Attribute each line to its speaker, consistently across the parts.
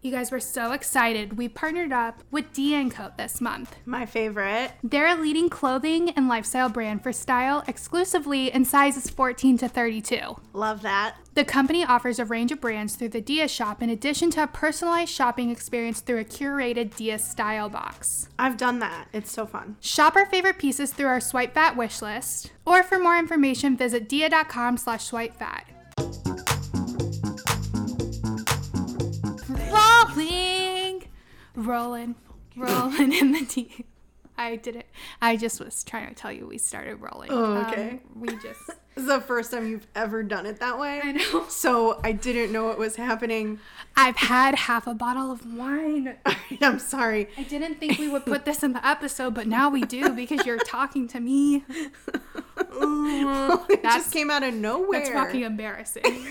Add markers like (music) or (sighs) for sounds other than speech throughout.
Speaker 1: You guys were so excited. We partnered up with D Co this month.
Speaker 2: My favorite.
Speaker 1: They're a leading clothing and lifestyle brand for style exclusively in sizes 14 to 32.
Speaker 2: Love that.
Speaker 1: The company offers a range of brands through the Dia shop in addition to a personalized shopping experience through a curated Dia style box.
Speaker 2: I've done that. It's so fun.
Speaker 1: Shop our favorite pieces through our Swipe Fat wish list, or for more information, visit dia.com slash swipe fat. Rolling, rolling, rolling in the deep. I did it. I just was trying to tell you we started rolling.
Speaker 2: Oh, okay.
Speaker 1: Um, we just,
Speaker 2: This is the first time you've ever done it that way.
Speaker 1: I know.
Speaker 2: (laughs) So I didn't know what was happening. (laughs)
Speaker 1: I've had half a bottle of wine.
Speaker 2: I'm sorry.
Speaker 1: I didn't think we would put this in the episode, but now we do because you're talking to me.
Speaker 2: (laughs) it
Speaker 1: that's-
Speaker 2: just came out of nowhere.
Speaker 1: That's fucking embarrassing.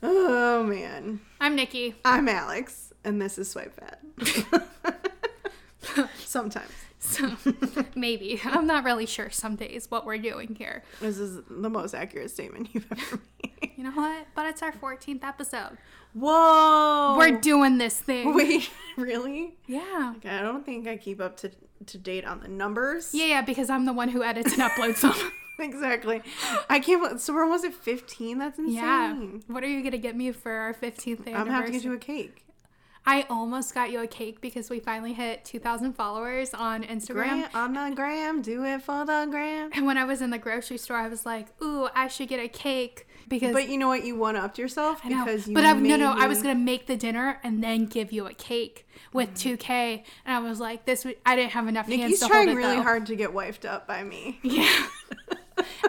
Speaker 2: Oh man.
Speaker 1: I'm Nikki.
Speaker 2: I'm Alex, and this is Swipe
Speaker 1: (laughs)
Speaker 2: Fat. Sometimes.
Speaker 1: So (laughs) maybe. I'm not really sure some days what we're doing here.
Speaker 2: This is the most accurate statement you've ever made.
Speaker 1: You know what? But it's our 14th episode.
Speaker 2: Whoa.
Speaker 1: We're doing this thing.
Speaker 2: (laughs) Wait, really?
Speaker 1: Yeah.
Speaker 2: Okay, I don't think I keep up to to date on the numbers.
Speaker 1: Yeah, yeah, because I'm the one who edits and uploads them. (laughs)
Speaker 2: (laughs) Exactly. I can't. So where was it? Fifteen. That's insane.
Speaker 1: yeah. What are you going to get me for our 15th anniversary?
Speaker 2: I'm gonna have to get you a cake.
Speaker 1: I almost got you a cake because we finally hit 2,000 followers on Instagram.
Speaker 2: Gram on the gram. Do it for the gram.
Speaker 1: And when I was in the grocery store, I was like, "Ooh, I should get a cake because."
Speaker 2: But you know what? You one upped yourself
Speaker 1: I know.
Speaker 2: because you.
Speaker 1: but I, no,
Speaker 2: made
Speaker 1: no, I was
Speaker 2: me- Mm.
Speaker 1: gonna make the dinner and then give you a cake with two K, and I was like, "This, would, I didn't have enough hands
Speaker 2: Nikki's
Speaker 1: to
Speaker 2: trying
Speaker 1: hold it."
Speaker 2: really
Speaker 1: though.
Speaker 2: hard to get wifed up by me.
Speaker 1: (laughs) Yeah.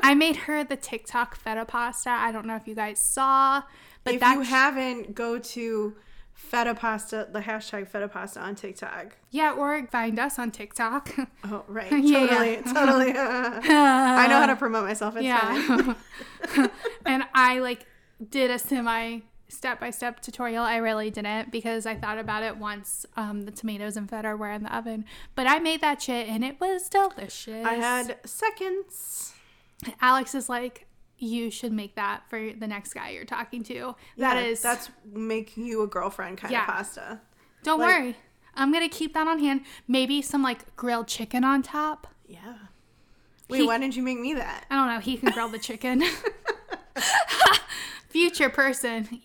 Speaker 1: I made her the TikTok feta pasta. I don't know if you guys saw, but
Speaker 2: if
Speaker 1: that
Speaker 2: you haven't, go to feta pasta, the hashtag feta pasta on TikTok.
Speaker 1: yeah, or find us on TikTok. (laughs)
Speaker 2: Oh, right.
Speaker 1: Yeah,
Speaker 2: totally.
Speaker 1: yeah. (laughs)
Speaker 2: Totally. (laughs) I know how to promote myself. It's fine.
Speaker 1: yeah, (laughs) and I like did a semi step by step tutorial. I really didn't because I thought about it once um, the tomatoes and feta were in the oven, but I made that shit and it was delicious.
Speaker 2: I had seconds.
Speaker 1: Alex is like, you should make that for the next guy you're talking to. that
Speaker 2: Yeah,
Speaker 1: is
Speaker 2: that's make you a girlfriend kind
Speaker 1: Yeah.
Speaker 2: of pasta.
Speaker 1: Don't
Speaker 2: like-
Speaker 1: worry. I'm gonna keep that on hand. Maybe some like grilled chicken on top.
Speaker 2: Yeah. Wait,
Speaker 1: He-
Speaker 2: why didn't you make me that?
Speaker 1: I don't know. He can grill the
Speaker 2: (laughs)
Speaker 1: chicken. Future person.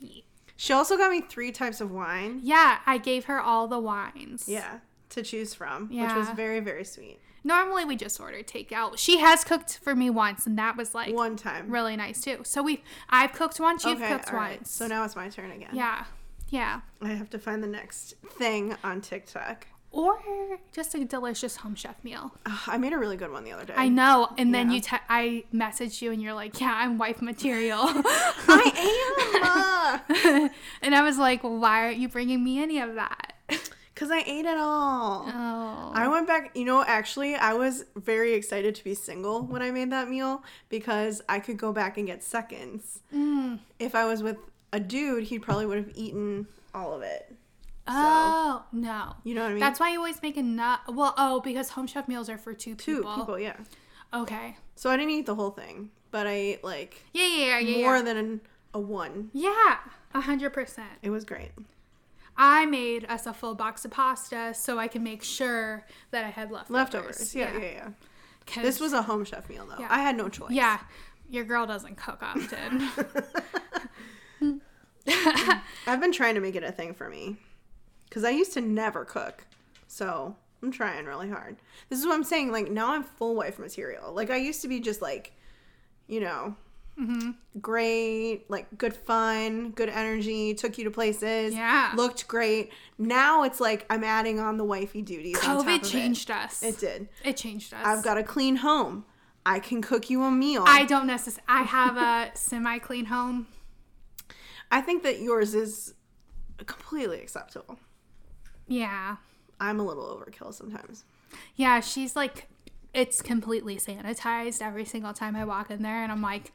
Speaker 2: She also got me three types of wine.
Speaker 1: Yeah, I gave her all the wines.
Speaker 2: Yeah. To choose from, which was
Speaker 1: Yeah.
Speaker 2: very, very sweet.
Speaker 1: Normally we just order takeout. She has cooked for me once, and that was like
Speaker 2: One time.
Speaker 1: really nice too. So we, I've cooked once. You've cooked
Speaker 2: all right.
Speaker 1: once.
Speaker 2: So now it's my turn again.
Speaker 1: yeah, yeah.
Speaker 2: I have to find the next thing on TikTok.
Speaker 1: Or just a delicious home chef meal.
Speaker 2: Ugh, I made a really good one the other day. (laughs)
Speaker 1: I know. And then
Speaker 2: Yeah.
Speaker 1: you, te- I messaged you, and you're like, "Yeah, I'm wife material."
Speaker 2: (laughs) I am.
Speaker 1: (laughs) and I was like, "Why aren't you bringing me any of that?"
Speaker 2: Because (laughs) I ate it all.
Speaker 1: Oh,
Speaker 2: I went back, you know, actually, I was very excited to be single when I made that meal because I could go back and get seconds.
Speaker 1: Mm.
Speaker 2: If I was with a dude, he probably would have eaten all of it.
Speaker 1: oh no.
Speaker 2: You know what I mean?
Speaker 1: That's why you always make enough. Well, oh, because home chef meals are for two,
Speaker 2: two
Speaker 1: people.
Speaker 2: people, yeah.
Speaker 1: Okay.
Speaker 2: So I didn't eat the whole thing, but I ate like
Speaker 1: Yeah, yeah, yeah, yeah.
Speaker 2: more
Speaker 1: yeah.
Speaker 2: than a one.
Speaker 1: yeah, a hundred percent.
Speaker 2: It was great.
Speaker 1: I made us a full box of pasta so I can make sure that I had leftovers.
Speaker 2: Leftovers. Yeah, yeah, yeah.
Speaker 1: 'Cause-
Speaker 2: This was a home chef meal though.
Speaker 1: Yeah.
Speaker 2: I had no choice.
Speaker 1: Yeah, your girl doesn't cook
Speaker 2: (laughs)
Speaker 1: often.
Speaker 2: I've been trying to make it a thing for me because I used to never cook. So I'm trying really hard. This is what I'm saying. Like, now I'm full wife material. Like, I used to be just like, you know,
Speaker 1: Mm-hmm.
Speaker 2: great, like good fun, good energy, took you to places,
Speaker 1: Yeah.
Speaker 2: looked great. Now it's like I'm adding on the wifey duties. on top of
Speaker 1: COVID changed us.
Speaker 2: It.
Speaker 1: Oh, It,
Speaker 2: it did.
Speaker 1: changed us.
Speaker 2: I've got a clean home. I can cook you a meal.
Speaker 1: I don't necessarily. I have a semi clean home.
Speaker 2: I think that yours is completely acceptable.
Speaker 1: Yeah.
Speaker 2: I'm a little overkill sometimes.
Speaker 1: Yeah, she's like, it's completely sanitized every single time I walk in there, and I'm like,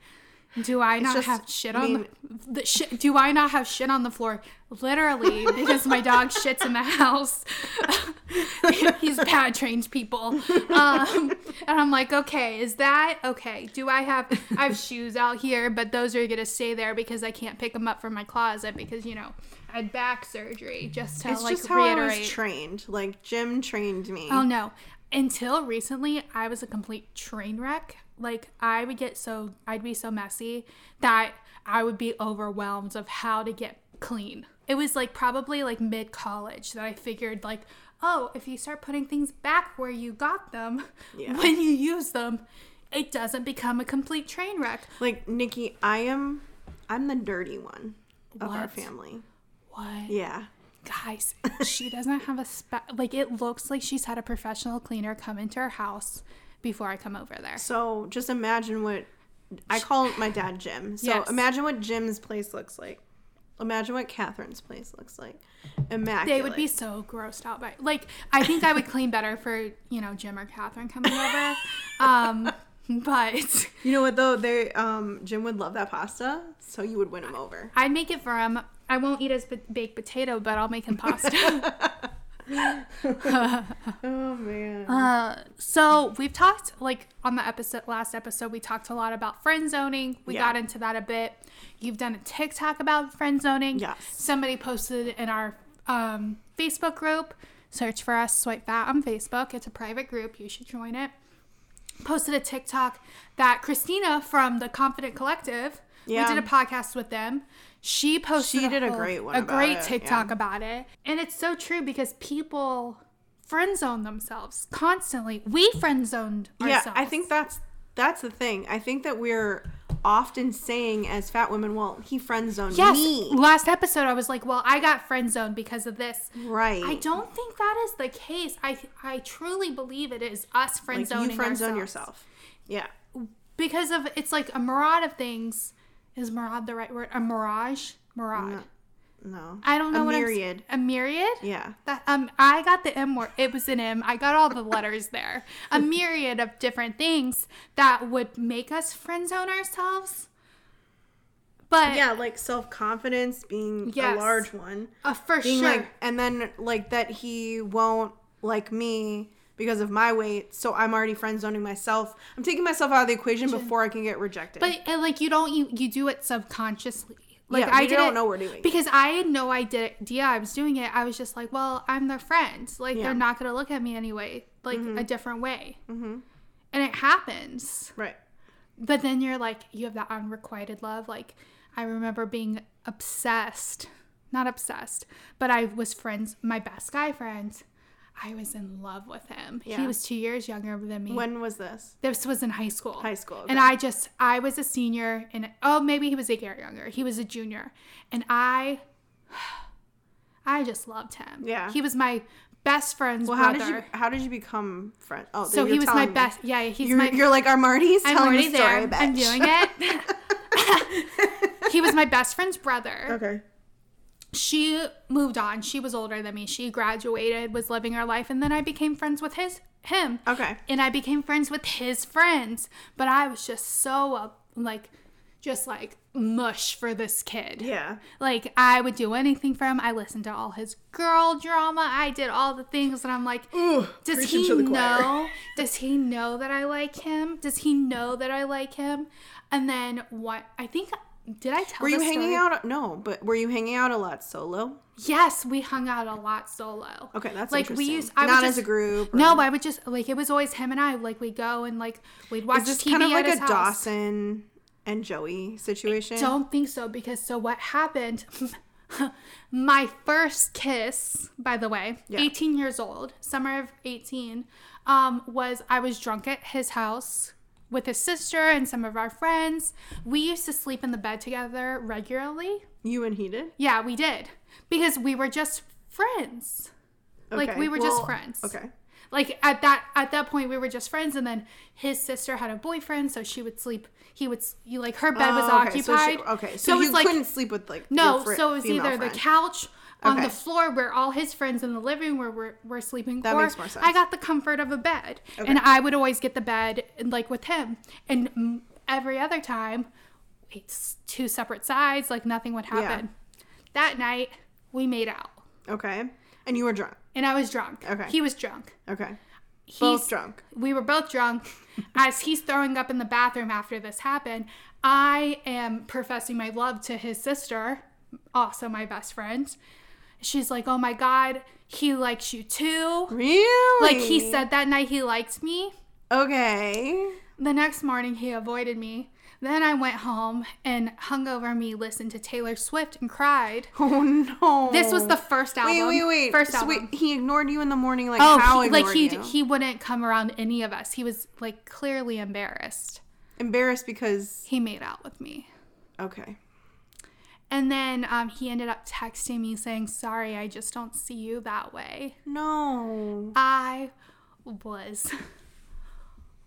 Speaker 1: Do I not
Speaker 2: just-
Speaker 1: have shit
Speaker 2: I
Speaker 1: on
Speaker 2: mean-
Speaker 1: the, the shi- Do I not have shit on the floor?
Speaker 2: (laughs)
Speaker 1: Literally, because my dog shits in the house. (laughs) He's bad trained people, um, and I'm like, okay, is that okay? Do I have I have shoes out here, but those are gonna stay there because I can't pick them up from my closet because you know I had back surgery. Just to
Speaker 2: It's
Speaker 1: like
Speaker 2: just how
Speaker 1: reiterate.
Speaker 2: I was trained. Like Jim trained me.
Speaker 1: Oh no. Until recently, I was a complete train wreck. Like I would get so I'd be so messy that I would be overwhelmed of how to get clean. It was like probably like mid college that I figured like, oh, if you start putting things back where you got them (laughs)
Speaker 2: Yeah.
Speaker 1: when you use them, it doesn't become a complete train wreck.
Speaker 2: Like Nikki, I am I'm the dirty one of our
Speaker 1: What?
Speaker 2: family.
Speaker 1: What?
Speaker 2: Yeah.
Speaker 1: Guys, she doesn't have a spa like it looks like she's had a professional cleaner come into her house before I come over there.
Speaker 2: So just imagine what I call my dad Jim. So
Speaker 1: Yes.
Speaker 2: imagine what Jim's place looks like. Imagine what Catherine's place looks like. Immaculate.
Speaker 1: They would be so grossed out by like I think I would clean better for you know Jim or Catherine coming over, (laughs) um, but
Speaker 2: You know what though? They um Jim would love that pasta, so you would win him over.
Speaker 1: I'd make it for him. I won't eat his b- baked potato, but I'll make him pasta.
Speaker 2: Oh man.
Speaker 1: (laughs) uh, so we've talked like on the episode last episode we talked a lot about friend zoning. We
Speaker 2: Yeah.
Speaker 1: got into that a bit. You've done a TikTok about friend zoning.
Speaker 2: Yes.
Speaker 1: Somebody posted in our um, Facebook group. Search for us, swipe that on Facebook. It's a private group. You should join it. posted a TikTok that Christina from the Confident Collective,
Speaker 2: Yeah.
Speaker 1: we did a podcast with them. She posted
Speaker 2: She did a
Speaker 1: whole-
Speaker 2: great one
Speaker 1: a
Speaker 2: about
Speaker 1: great
Speaker 2: it,
Speaker 1: TikTok
Speaker 2: yeah.
Speaker 1: about it, and it's so true because people friend zone themselves constantly. We friend zoned
Speaker 2: yeah,
Speaker 1: ourselves.
Speaker 2: I think that's that's the thing. I think that we're often saying as fat women, well, he friend zoned
Speaker 1: yes.
Speaker 2: me.
Speaker 1: Last episode, I was like, "Well, I got friend zoned because of this."
Speaker 2: Right.
Speaker 1: I don't think that is the case. I I truly believe it is us friend
Speaker 2: like
Speaker 1: zoning.
Speaker 2: you friend zone
Speaker 1: ourselves.
Speaker 2: yourself. Yeah.
Speaker 1: because of it's like a mirage of things. Is mirage the right word? A mirage, mirage.
Speaker 2: No.
Speaker 1: I don't know
Speaker 2: a
Speaker 1: what
Speaker 2: myriad.
Speaker 1: I'm, a myriad.
Speaker 2: yeah.
Speaker 1: That, um, I got the M word. It was an M. I got all the letters there. A
Speaker 2: (laughs)
Speaker 1: myriad of different things that would make us friend zone ourselves. But yeah,
Speaker 2: Yeah, like self confidence being
Speaker 1: Yes.
Speaker 2: a large one.
Speaker 1: uh, for
Speaker 2: Being
Speaker 1: sure,
Speaker 2: like and then like that he won't like me because of my weight, so I'm already friend zoning myself. I'm taking myself out of the equation before I can get rejected.
Speaker 1: But and like you don't you, you do it subconsciously. Like
Speaker 2: Yeah,
Speaker 1: I
Speaker 2: we
Speaker 1: did
Speaker 2: don't
Speaker 1: it
Speaker 2: know we're doing it.
Speaker 1: because I had no idea idea I was doing it. I was just like, well, I'm their friend. Like
Speaker 2: Yeah. Mm-hmm.
Speaker 1: they're not gonna look at me anyway, like a different way. And it happens.
Speaker 2: right.
Speaker 1: But then you're like, you have that unrequited love. Like I remember being obsessed, not obsessed, but I was friends. My best guy friend, I was in love with him.
Speaker 2: Yeah.
Speaker 1: He was two years younger than me.
Speaker 2: When was this?
Speaker 1: This was in high school.
Speaker 2: High school,
Speaker 1: And
Speaker 2: okay.
Speaker 1: I just, I was a senior, and oh, maybe he was a year younger. He was a junior, and I, (sighs) I just loved him.
Speaker 2: Yeah.
Speaker 1: He was my best friend's
Speaker 2: Well, how
Speaker 1: brother.
Speaker 2: did you how did you become friend? Oh,
Speaker 1: so
Speaker 2: you're
Speaker 1: he was my
Speaker 2: telling me.
Speaker 1: best. Yeah, he's
Speaker 2: You're,
Speaker 1: my.
Speaker 2: you're like our Marty's
Speaker 1: I'm
Speaker 2: telling
Speaker 1: already
Speaker 2: the story.
Speaker 1: there.
Speaker 2: Bitch.
Speaker 1: I'm doing
Speaker 2: (laughs)
Speaker 1: it. he was my best friend's brother
Speaker 2: Okay.
Speaker 1: she moved on. She was older than me. She graduated, was living her life, and then I became friends with his him.
Speaker 2: Okay.
Speaker 1: And I became friends with his friends, but I was just so uh, like just like mush for this kid.
Speaker 2: Yeah.
Speaker 1: Like I would do anything for him. I listened to all his girl drama. I did all the things and I'm like, does
Speaker 2: preaching
Speaker 1: he
Speaker 2: to the choir.
Speaker 1: know?
Speaker 2: (laughs)
Speaker 1: Does he know that I like him? Does he know that I like him? And then what I think did I tell
Speaker 2: Were you
Speaker 1: this
Speaker 2: hanging
Speaker 1: story?
Speaker 2: out? No, but were you hanging out a lot solo?
Speaker 1: Yes, we hung out a lot solo.
Speaker 2: Okay, that's
Speaker 1: like we
Speaker 2: interesting.
Speaker 1: used. I would
Speaker 2: Not
Speaker 1: just-
Speaker 2: as a group. or-
Speaker 1: No, I would just like it was always him and I. Like we go and like we'd watch
Speaker 2: Is this
Speaker 1: TV
Speaker 2: kind of
Speaker 1: at
Speaker 2: like
Speaker 1: his
Speaker 2: a
Speaker 1: house.
Speaker 2: Dawson and Joey situation?
Speaker 1: Don't think so because so what happened? (laughs) my first kiss, by the way,
Speaker 2: Yeah.
Speaker 1: 18 years old, summer of 18, um, was I was drunk at his house with his sister and some of our friends. We used to sleep in the bed together regularly.
Speaker 2: you and he did.
Speaker 1: Yeah, we did because we were just friends. Like,
Speaker 2: Okay,
Speaker 1: we were just friends.
Speaker 2: Okay.
Speaker 1: like at that at that point we were just friends and then his sister had a boyfriend so she would sleep he would s- you like her bed was
Speaker 2: Oh, okay, so she-
Speaker 1: occupied
Speaker 2: okay, so,
Speaker 1: it was
Speaker 2: you
Speaker 1: like
Speaker 2: couldn't sleep with like
Speaker 1: no
Speaker 2: your fri-
Speaker 1: so it was
Speaker 2: female
Speaker 1: either
Speaker 2: friend.
Speaker 1: the couch on
Speaker 2: Okay.
Speaker 1: the floor where all his friends in the living room were, were sleeping that or
Speaker 2: makes more sense.
Speaker 1: i got the comfort of a bed and i would always get the bed like with him and mm, every other time it's two separate sides, like nothing would happen. That night, we made out.
Speaker 2: Okay. And you were drunk.
Speaker 1: And I was drunk.
Speaker 2: Okay.
Speaker 1: He was drunk.
Speaker 2: Okay.
Speaker 1: He's
Speaker 2: Both drunk.
Speaker 1: we were both drunk
Speaker 2: (laughs)
Speaker 1: as he's throwing up in the bathroom after this happened i am professing my love to his sister also my best friend she's like oh my god he likes you too
Speaker 2: Really?
Speaker 1: like he said that night he liked me
Speaker 2: Okay.
Speaker 1: the next morning he avoided me then i went home and hung over me listened to taylor swift and cried
Speaker 2: Oh no.
Speaker 1: this was the first album
Speaker 2: Oh. Wait, wait, wait.
Speaker 1: first
Speaker 2: So
Speaker 1: album
Speaker 2: wait, he ignored you in the morning. Like
Speaker 1: Oh,
Speaker 2: how
Speaker 1: he,
Speaker 2: ignored
Speaker 1: like he
Speaker 2: you?
Speaker 1: he wouldn't come around any of us. He was like clearly embarrassed.
Speaker 2: embarrassed because
Speaker 1: He made out with me.
Speaker 2: okay.
Speaker 1: And then um, he ended up texting me saying, Sorry, I just don't see you that way.
Speaker 2: No.
Speaker 1: I was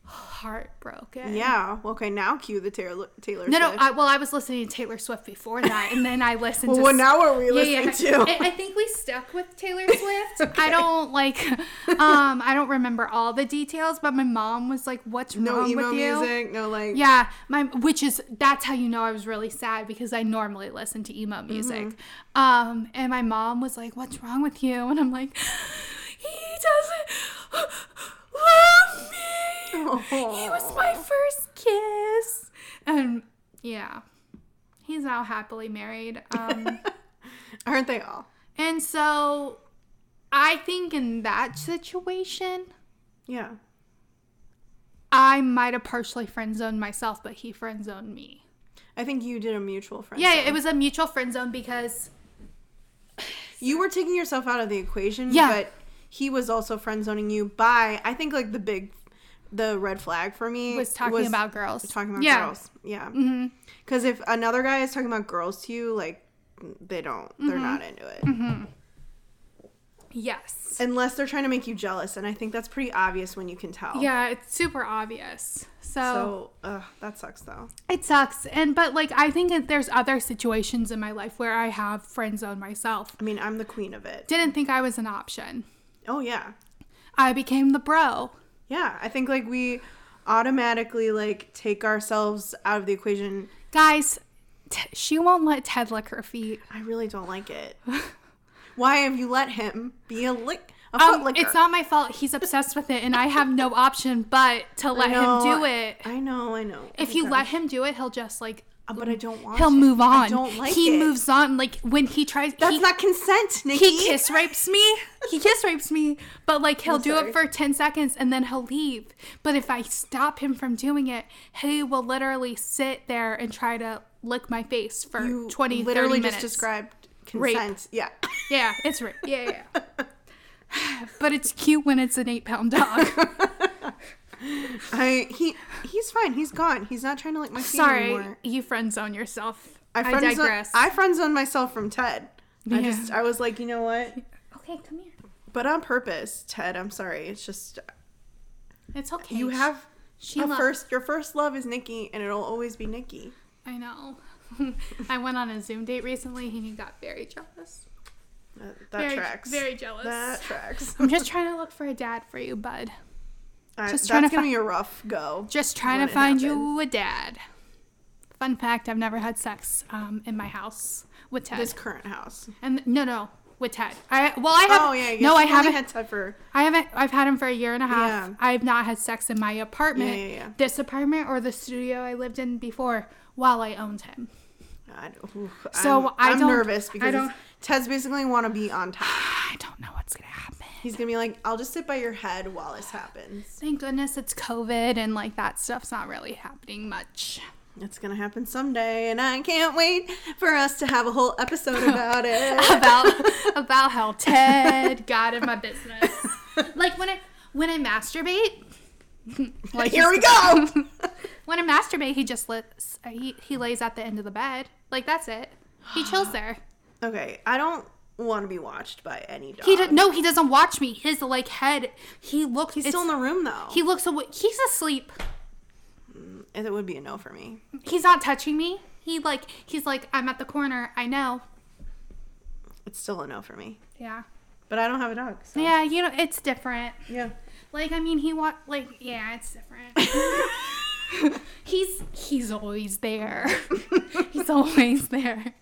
Speaker 1: heartbroken.
Speaker 2: Yeah. Okay. Now cue the Taylor Taylor.
Speaker 1: No, no.
Speaker 2: Swift.
Speaker 1: I, well, I was listening to Taylor Swift before that, and then I listened
Speaker 2: well,
Speaker 1: to.
Speaker 2: what now are we listening to?
Speaker 1: I, I think we stuck with
Speaker 2: (laughs)
Speaker 1: Taylor Swift. I don't like, um, I don't remember all the details, but my mom was like, "What's
Speaker 2: no
Speaker 1: wrong
Speaker 2: emo
Speaker 1: with you?"
Speaker 2: music. No like.
Speaker 1: Yeah, my which is that's how you know I was really sad because I normally listen to emo music. Um, and my mom was like, "What's wrong with you?" And I'm like, "He doesn't love me. He was my first kiss." And yeah, he's now happily married. Um,
Speaker 2: Aren't they all?
Speaker 1: and so I think in that situation,
Speaker 2: Yeah.
Speaker 1: I might have partially friend zoned myself, but he friend zoned me.
Speaker 2: I think you did a mutual friend.
Speaker 1: Yeah, it was a mutual friend zone because
Speaker 2: You were taking yourself out of the equation.
Speaker 1: Yeah.
Speaker 2: But he was also friend zoning you by I think like the big, the red flag for me
Speaker 1: was talking about girls.
Speaker 2: talking about
Speaker 1: yeah. Mm-hmm.
Speaker 2: girls. Yeah. Because if another guy is talking about girls to you, like they don't, they're
Speaker 1: Mm-hmm.
Speaker 2: not into it.
Speaker 1: Yes.
Speaker 2: Unless they're trying to make you jealous, and I think that's pretty obvious when you can tell.
Speaker 1: Yeah, it's super obvious. So,
Speaker 2: So ugh, that sucks though.
Speaker 1: it sucks. And but like I think that there's other situations in my life where I have friend zoned myself.
Speaker 2: I mean, I'm the queen of it.
Speaker 1: Didn't think I was an option.
Speaker 2: Oh yeah,
Speaker 1: I became the bro.
Speaker 2: yeah. I think like we automatically like take ourselves out of the equation.
Speaker 1: Guys, t- she won't let Ted lick her feet.
Speaker 2: I really don't like
Speaker 1: (laughs)
Speaker 2: it. Why have you let him be a lick? A
Speaker 1: Um,
Speaker 2: foot licker?
Speaker 1: it's not my fault. He's obsessed with it, and I have no option but to let him
Speaker 2: know,
Speaker 1: do it.
Speaker 2: I know, I know. Uh,
Speaker 1: If you let him do it, he'll just like
Speaker 2: but I don't want.
Speaker 1: he'll
Speaker 2: to.
Speaker 1: move on.
Speaker 2: I don't like
Speaker 1: he
Speaker 2: it.
Speaker 1: moves on. Like when he tries,
Speaker 2: That's
Speaker 1: he,
Speaker 2: not consent, Nikki.
Speaker 1: he kiss rapes me. He kiss rapes me, but like he'll do
Speaker 2: sorry.
Speaker 1: it for 10 seconds and then he'll leave. But if I stop him from doing it, he will literally sit there and try to lick my face for
Speaker 2: You
Speaker 1: 20
Speaker 2: literally
Speaker 1: 30
Speaker 2: just
Speaker 1: minutes.
Speaker 2: described
Speaker 1: Rape.
Speaker 2: consent. Yeah.
Speaker 1: yeah, it's rape. Yeah, yeah.
Speaker 2: (laughs)
Speaker 1: yeah. but it's cute when it's an 8 pound dog.
Speaker 2: I he he's fine. He's gone. He's not trying to lick my feet
Speaker 1: Sorry,
Speaker 2: anymore.
Speaker 1: you friend zone yourself.
Speaker 2: I,
Speaker 1: I,
Speaker 2: friend
Speaker 1: digress.
Speaker 2: I friend zoned myself from Ted. I
Speaker 1: Yeah.
Speaker 2: just I was like, you know what?
Speaker 1: okay, come here.
Speaker 2: But on purpose, Ted. I'm sorry. It's just
Speaker 1: It's okay.
Speaker 2: you have
Speaker 1: she
Speaker 2: a
Speaker 1: lo-
Speaker 2: first. Your first love is Nikki, and it'll always be Nikki.
Speaker 1: I know. (laughs) I went on a Zoom date recently and he got very jealous.
Speaker 2: That, Uh, that
Speaker 1: very,
Speaker 2: tracks.
Speaker 1: Very jealous. (laughs)
Speaker 2: that tracks.
Speaker 1: I'm just trying to look for a dad for you, bud.
Speaker 2: I,
Speaker 1: Just trying
Speaker 2: that's
Speaker 1: to
Speaker 2: gonna
Speaker 1: fi-
Speaker 2: be a rough go.
Speaker 1: Just trying
Speaker 2: When
Speaker 1: to
Speaker 2: it
Speaker 1: find you a dad. Fun fact: I've never had sex um, in my house with Ted.
Speaker 2: This current house.
Speaker 1: and no, no, with Ted. I well, I have.
Speaker 2: oh yeah.
Speaker 1: no, I
Speaker 2: you've only
Speaker 1: haven't.
Speaker 2: Had Ted for
Speaker 1: I haven't. I've had him for a year and a half.
Speaker 2: Yeah.
Speaker 1: I've not had sex in my apartment,
Speaker 2: Yeah, yeah, yeah.
Speaker 1: this apartment, or the studio I lived in before while I owned him.
Speaker 2: I don't, oof,
Speaker 1: So,
Speaker 2: I'm,
Speaker 1: I
Speaker 2: am
Speaker 1: don't-
Speaker 2: nervous
Speaker 1: I
Speaker 2: because
Speaker 1: don't-
Speaker 2: Ted's basically want to be on top.
Speaker 1: I don't know what's gonna happen.
Speaker 2: He's gonna be like, I'll just sit by your head while this happens.
Speaker 1: Thank goodness it's COVID and like that stuff's not really happening much.
Speaker 2: It's gonna happen someday, and I can't wait for us to have a whole
Speaker 1: (laughs)
Speaker 2: episode about it.
Speaker 1: about about
Speaker 2: (laughs)
Speaker 1: how Ted got in my business. Like when I when I masturbate, like
Speaker 2: Here we go.
Speaker 1: (laughs) When I masturbate, he just lets he he lays at the end of the bed. Like that's it. He chills
Speaker 2: (gasps)
Speaker 1: there.
Speaker 2: Okay, I don't want to be watched by any dog.
Speaker 1: He did no, he doesn't watch me. His like head, he looks.
Speaker 2: He's still in the room though.
Speaker 1: He looks away. He's asleep.
Speaker 2: it would be a no for me.
Speaker 1: He's not touching me. He like he's like I'm at the corner. I know.
Speaker 2: It's still a no for me.
Speaker 1: Yeah.
Speaker 2: But I don't have a dog. So.
Speaker 1: Yeah, you know it's different.
Speaker 2: Yeah.
Speaker 1: Like I mean, he want like yeah, it's different. he's he's always there. (laughs) (laughs) he's always there.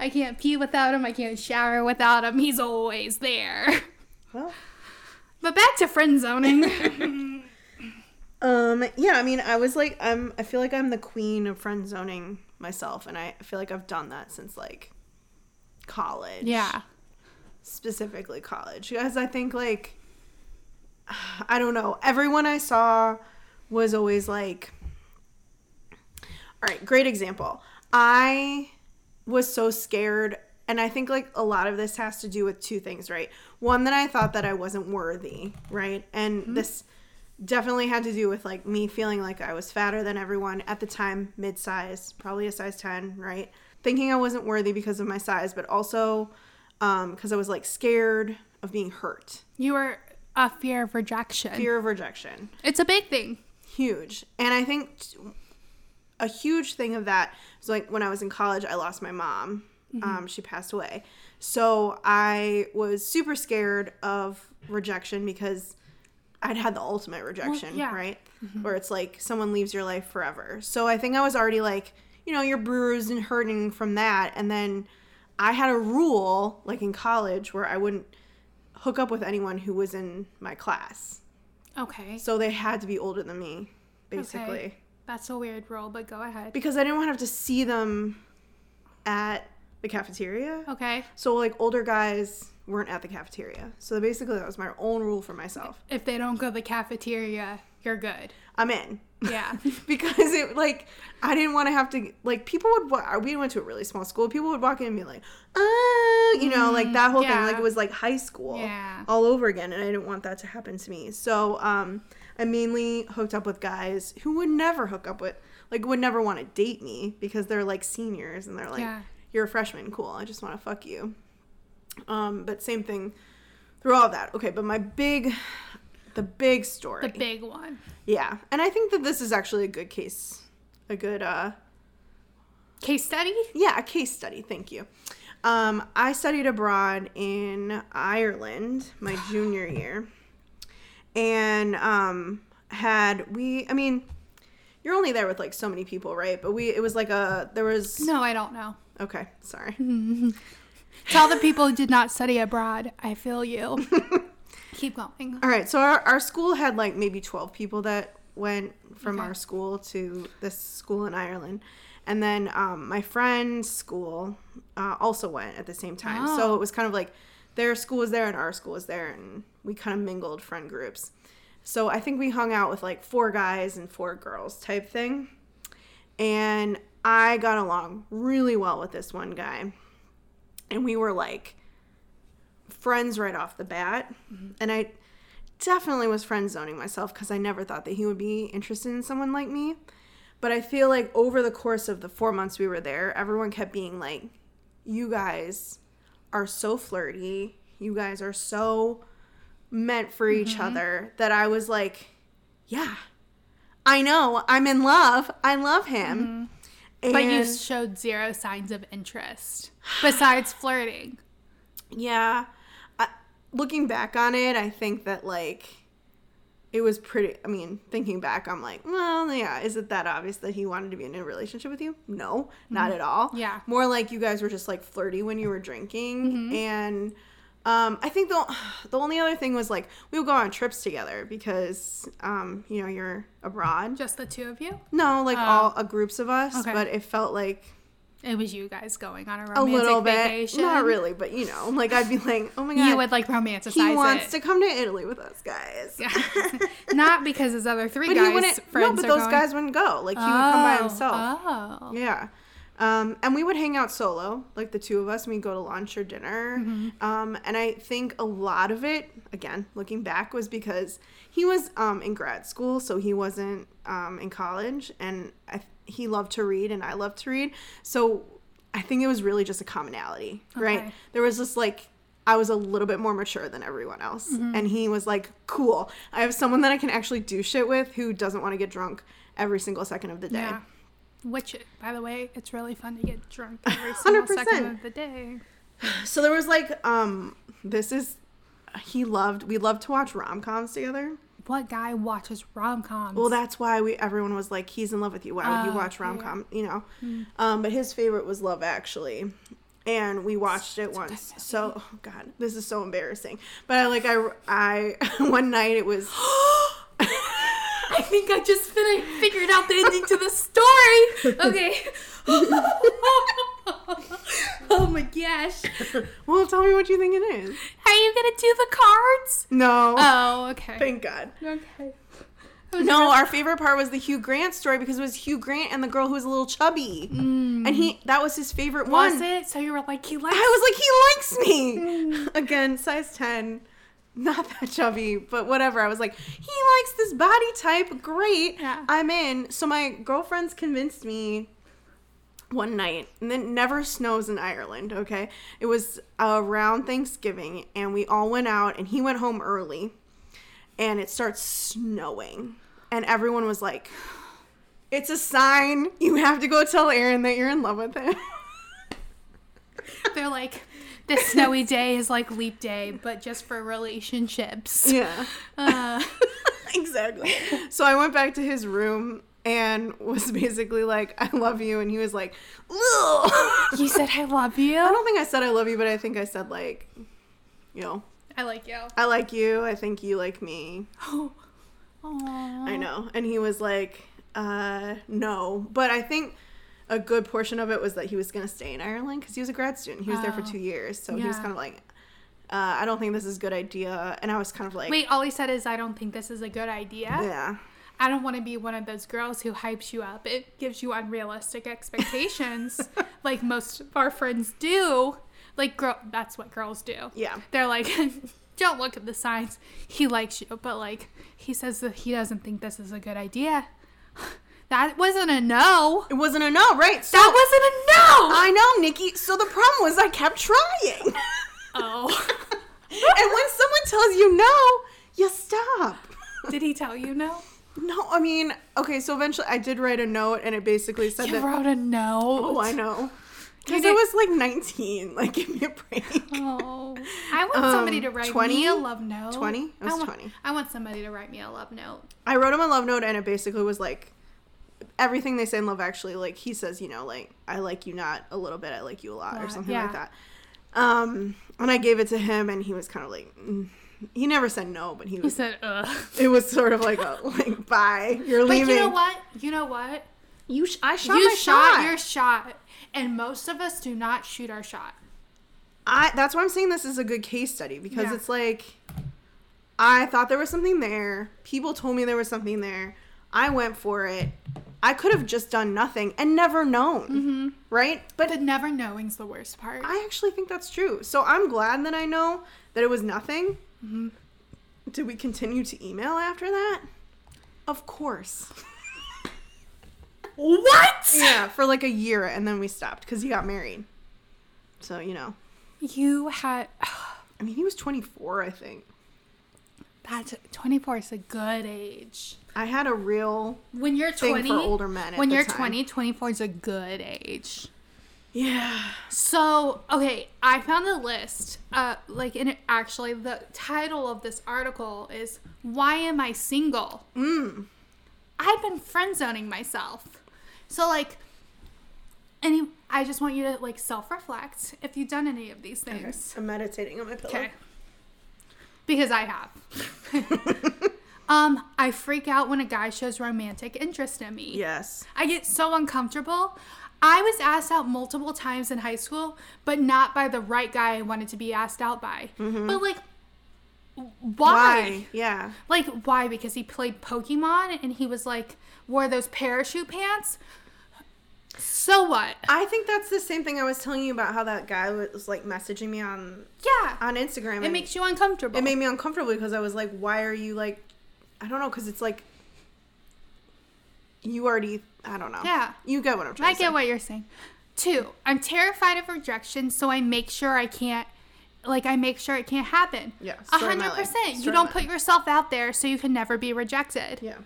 Speaker 1: I can't pee without him. I can't shower without him. He's always there.
Speaker 2: (laughs) Well,
Speaker 1: But back to friend zoning.
Speaker 2: um, yeah. I mean, I was like, I'm. I feel like I'm the queen of friend zoning myself, and I feel like I've done that since like college.
Speaker 1: yeah.
Speaker 2: specifically college because I think like (sighs) I don't know everyone I saw was always like all right great example I was so scared and I think like a lot of this has to do with two things right one that I thought that I wasn't worthy right and this definitely had to do with like me feeling like I was fatter than everyone at the time, mid size, probably a size 10, right? Thinking I wasn't worthy because of my size, but also because I was like scared of being hurt,
Speaker 1: You were a fear of rejection.
Speaker 2: fear of rejection,
Speaker 1: It's a big thing.
Speaker 2: huge. And I think t- a huge thing of that was like when I was in college, I lost my mom. Um, she passed away. So I was super scared of rejection because I'd had the ultimate rejection,
Speaker 1: yeah.
Speaker 2: right? Where it's like someone leaves your life forever. So I think I was already like, you know, you're bruised and hurting from that. And then I had a rule, like in college, where I wouldn't hook up with anyone who was in my class.
Speaker 1: Okay.
Speaker 2: So they had to be older than me, basically
Speaker 1: Okay. That's a weird rule, but go ahead.
Speaker 2: because I didn't want to have to see them at the cafeteria.
Speaker 1: Okay.
Speaker 2: So like older guys weren't at the cafeteria. So basically that was my own rule for myself.
Speaker 1: If they don't go to the cafeteria, you're good.
Speaker 2: I'm in.
Speaker 1: Yeah.
Speaker 2: (laughs) because it like I didn't want to have to like people would wa- we went to a really small school. People would walk in and be like, "Ah," you know, like that whole
Speaker 1: yeah.
Speaker 2: thing. Like it was like high school
Speaker 1: Yeah.
Speaker 2: all over again and I didn't want that to happen to me. So, um I mainly hooked up with guys who would never hook up with like would never want to date me because they're like seniors and they're like
Speaker 1: Yeah.
Speaker 2: you're a freshman, cool. I just want to fuck you. Um but same thing through all that. Okay, but my big the big story.
Speaker 1: the big one.
Speaker 2: Yeah, and I think that this is actually a good case, a good uh,
Speaker 1: Case study?
Speaker 2: yeah, a case study. Thank you. Um, I studied abroad in Ireland my junior year, and um, had we, I mean, you're only there with like so many people, right? But we, it was like a there was
Speaker 1: No, I don't know.
Speaker 2: okay, sorry.
Speaker 1: Tell the people who did not study abroad, I feel you. Keep going.
Speaker 2: All right, so our, our school had like maybe 12 people that went from
Speaker 1: Okay.
Speaker 2: our school to this school in Ireland. And then um, my friend's school uh, also went at the same time. So
Speaker 1: Oh.
Speaker 2: it was kind of like their school was there and our school was there, and we kind of mingled friend groups. So I think we hung out with like four guys and four girls type thing. And I got along really well with this one guy. And we were like friends right off the bat.
Speaker 1: Mm-hmm.
Speaker 2: And I definitely was friend zoning myself because I never thought that he would be interested in someone like me. But I feel like over the course of the four months we were there, everyone kept being like, you guys are so flirty. You guys are so meant for each
Speaker 1: Mm-hmm.
Speaker 2: other that I was like, yeah, I know. I'm in love. I love him.
Speaker 1: Mm-hmm. But you
Speaker 2: And-
Speaker 1: showed zero signs of interest besides flirting.
Speaker 2: Yeah. I, looking back on it, I think that like it was pretty I mean, thinking back, I'm like, well, yeah, is it that obvious that he wanted to be in a relationship with you? No, not at all.
Speaker 1: Mm-hmm. Yeah. Mm-hmm.
Speaker 2: More like you guys were just like flirty when you were drinking and um, I think the the only other thing was like we would go on trips together because um, you know you're abroad.
Speaker 1: Just the two of you?
Speaker 2: No, like all uh, groups of us,
Speaker 1: Oh. Okay.
Speaker 2: but it felt like
Speaker 1: It was you guys going on a
Speaker 2: a
Speaker 1: romantic
Speaker 2: little bit,
Speaker 1: vacation.
Speaker 2: not really, but you know, like I'd be like, oh my god,
Speaker 1: You would like romanticize
Speaker 2: he wants
Speaker 1: it.
Speaker 2: to come to Italy with us guys.
Speaker 1: Yeah. (laughs) not because his other three
Speaker 2: but
Speaker 1: guys
Speaker 2: he wouldn't. No,
Speaker 1: friends
Speaker 2: but
Speaker 1: are
Speaker 2: those
Speaker 1: going.
Speaker 2: guys wouldn't go. Like he would come by
Speaker 1: Oh,
Speaker 2: himself.
Speaker 1: Oh.
Speaker 2: Yeah. Um, and we would hang out solo, like the two of us, and we'd go to lunch or dinner.
Speaker 1: Mm-hmm.
Speaker 2: Um, and I think a lot of it, again, looking back, was because he was um, in grad school, so he wasn't um, in college. And I, he loved to read, and I loved to read. So I think it was really just a commonality, right?
Speaker 1: Okay.
Speaker 2: There was this like, I was a little bit more mature than everyone else.
Speaker 1: Mm-hmm.
Speaker 2: And he was like, cool. I have someone that I can actually do shit with who doesn't want to get drunk every single second of the day.
Speaker 1: Yeah. Which, by the way, it's really fun to get drunk
Speaker 2: (laughs)
Speaker 1: every single 2nd
Speaker 2: 100%.
Speaker 1: of the day.
Speaker 2: So there was like um this is he loved we loved to watch rom coms together.
Speaker 1: what guy watches rom coms?
Speaker 2: Well, that's why we everyone was like, he's in love with you. Why would
Speaker 1: Oh,
Speaker 2: you watch
Speaker 1: yeah, Hmm.
Speaker 2: rom com? You know, um, but his favorite was Love Actually, and we watched it once. So oh, God, this is so embarrassing. But I like I I (laughs) one night
Speaker 1: (gasps)
Speaker 2: it was.
Speaker 1: I think I just fin- figured out the ending to the story. Okay. (laughs) oh my gosh.
Speaker 2: well, tell me what you think it is.
Speaker 1: Are you gonna do the cards?
Speaker 2: No,
Speaker 1: Oh, okay.
Speaker 2: thank God.
Speaker 1: Okay.
Speaker 2: No, our favorite part was the Hugh Grant story because it was Hugh Grant and the girl who was a little chubby, and he that was his favorite one.
Speaker 1: Hmm. Was it? So you were like, he likes.
Speaker 2: I was like, he likes me. (laughs) Again, size 10, not that chubby, but whatever. I was like, he likes this body type. Great.
Speaker 1: Yeah.
Speaker 2: I'm in. So my girlfriends convinced me one night, and it never snows in Ireland, okay? It was around Thanksgiving, and we all went out, and he went home early, and it starts snowing. And everyone was like, it's a sign. You have to go tell Aaron that you're in love with him.
Speaker 1: They're like, this snowy day is like leap day, but just for relationships.
Speaker 2: (laughs) yeah.
Speaker 1: Uh,
Speaker 2: (laughs) exactly. So I went back to his room and was basically like, "I love you," and he was like, "Ugh."
Speaker 1: you said I love
Speaker 2: (laughs) I
Speaker 1: you.
Speaker 2: don't think I said I love you, but I think I said like, you know,
Speaker 1: I like you.
Speaker 2: I like you. I think you like me.
Speaker 1: Oh.
Speaker 2: I know. And he was like, uh, no. But I think a good portion of it was that he was going to stay in Ireland because he was a grad student. He was there for
Speaker 1: Oh.
Speaker 2: two years, so he was
Speaker 1: Yeah.
Speaker 2: kind of like, uh, I don't think this is a good idea. And I was kind of like,
Speaker 1: Wait, all he said is, I don't think this is a good idea.
Speaker 2: yeah.
Speaker 1: I don't want to be one of those girls who hypes you up. It gives you unrealistic expectations,
Speaker 2: (laughs)
Speaker 1: like most of our friends do. Like, girl, that's what girls do.
Speaker 2: Yeah.
Speaker 1: They're like, (laughs) don't look at the signs. He likes you, but like, he says that he doesn't think this is a good idea. (sighs) That wasn't a no.
Speaker 2: It wasn't a no, right? So
Speaker 1: That wasn't a no.
Speaker 2: I know, Nikki. So the problem was I kept trying.
Speaker 1: (laughs) oh,
Speaker 2: and when someone tells you no, you stop.
Speaker 1: did he tell you
Speaker 2: (laughs)
Speaker 1: no?
Speaker 2: No, I mean, okay, so eventually I did write a note and it basically said
Speaker 1: You
Speaker 2: that
Speaker 1: wrote a no.
Speaker 2: Oh, I know. Because I
Speaker 1: did-
Speaker 2: was like 19. Like, give me a break.
Speaker 1: Oh, I want
Speaker 2: Um,
Speaker 1: somebody to write
Speaker 2: 20?
Speaker 1: me a love note.
Speaker 2: 20? It was
Speaker 1: I want,
Speaker 2: 20.
Speaker 1: I want somebody to write me a love note.
Speaker 2: I wrote him a love note and it basically was like everything they say in love actually like he says, you know, like I like you not a little bit, I like you a lot or
Speaker 1: Lot,
Speaker 2: something
Speaker 1: yeah.
Speaker 2: like that. Um and I gave it to him and he was kind of like mm. he never said no, but he
Speaker 1: He
Speaker 2: was
Speaker 1: said, "Ugh."
Speaker 2: it was sort of like a like bye, you're
Speaker 1: (laughs) But
Speaker 2: leaving.
Speaker 1: you know what? You know what?
Speaker 2: You sh- I shot
Speaker 1: you
Speaker 2: my
Speaker 1: shot,
Speaker 2: shot.
Speaker 1: your shot, and most of us do not shoot our shot.
Speaker 2: I that's why I'm saying this is a good case study because
Speaker 1: Yeah.
Speaker 2: it's like I thought there was something there. People told me there was something there. I went for it. I could have just done nothing and never known,
Speaker 1: Mm-hmm.
Speaker 2: right? But
Speaker 1: The never knowing's the worst part.
Speaker 2: I actually think that's true. So I'm glad that I know that it was nothing.
Speaker 1: Mm-hmm.
Speaker 2: Did we continue to email after that? Of course.
Speaker 1: what?
Speaker 2: (laughs) yeah, for like a year, and then we stopped because he got married. So you know,
Speaker 1: You had (sighs)
Speaker 2: I mean, he was 24, I think.
Speaker 1: that's twenty four is a good age.
Speaker 2: I had a real
Speaker 1: When you're
Speaker 2: Thing for
Speaker 1: twenty,
Speaker 2: older men at
Speaker 1: when
Speaker 2: the
Speaker 1: you're
Speaker 2: time.
Speaker 1: 20, 24 is a good age.
Speaker 2: yeah.
Speaker 1: So, okay, I found a list. Uh, like, and it, actually, the title of this article is "Why Am I Single?"
Speaker 2: Mm.
Speaker 1: I've been friend zoning myself. So, like, any, I just want you to like self reflect if you've done any of these things.
Speaker 2: I'm meditating on my pillow.
Speaker 1: Okay. Because I have. (laughs) um, I freak out when a guy shows romantic interest in me.
Speaker 2: Yes.
Speaker 1: I get so uncomfortable. I was asked out multiple times in high school, but not by the right guy I wanted to be asked out by. But like, why?
Speaker 2: Yeah.
Speaker 1: Like, why? Because he played Pokemon and he was like, wore those parachute pants. So what?
Speaker 2: I think that's the same thing I was telling you about how that guy was like messaging me on
Speaker 1: Yeah,
Speaker 2: on Instagram.
Speaker 1: it
Speaker 2: and
Speaker 1: makes you uncomfortable.
Speaker 2: it made me uncomfortable because I was like, why are you like, I don't know, because it's like, you already, I don't know.
Speaker 1: Yeah.
Speaker 2: You get what I'm
Speaker 1: I
Speaker 2: trying to
Speaker 1: get
Speaker 2: say.
Speaker 1: what you're saying. Two, I'm terrified of rejection, so I make sure I can't, like, I make sure it can't happen.
Speaker 2: Yeah,
Speaker 1: a
Speaker 2: story of my
Speaker 1: hundred
Speaker 2: life.
Speaker 1: percent. You
Speaker 2: Story of
Speaker 1: don't
Speaker 2: my
Speaker 1: put yourself out there, so you can never be rejected.
Speaker 2: Yeah.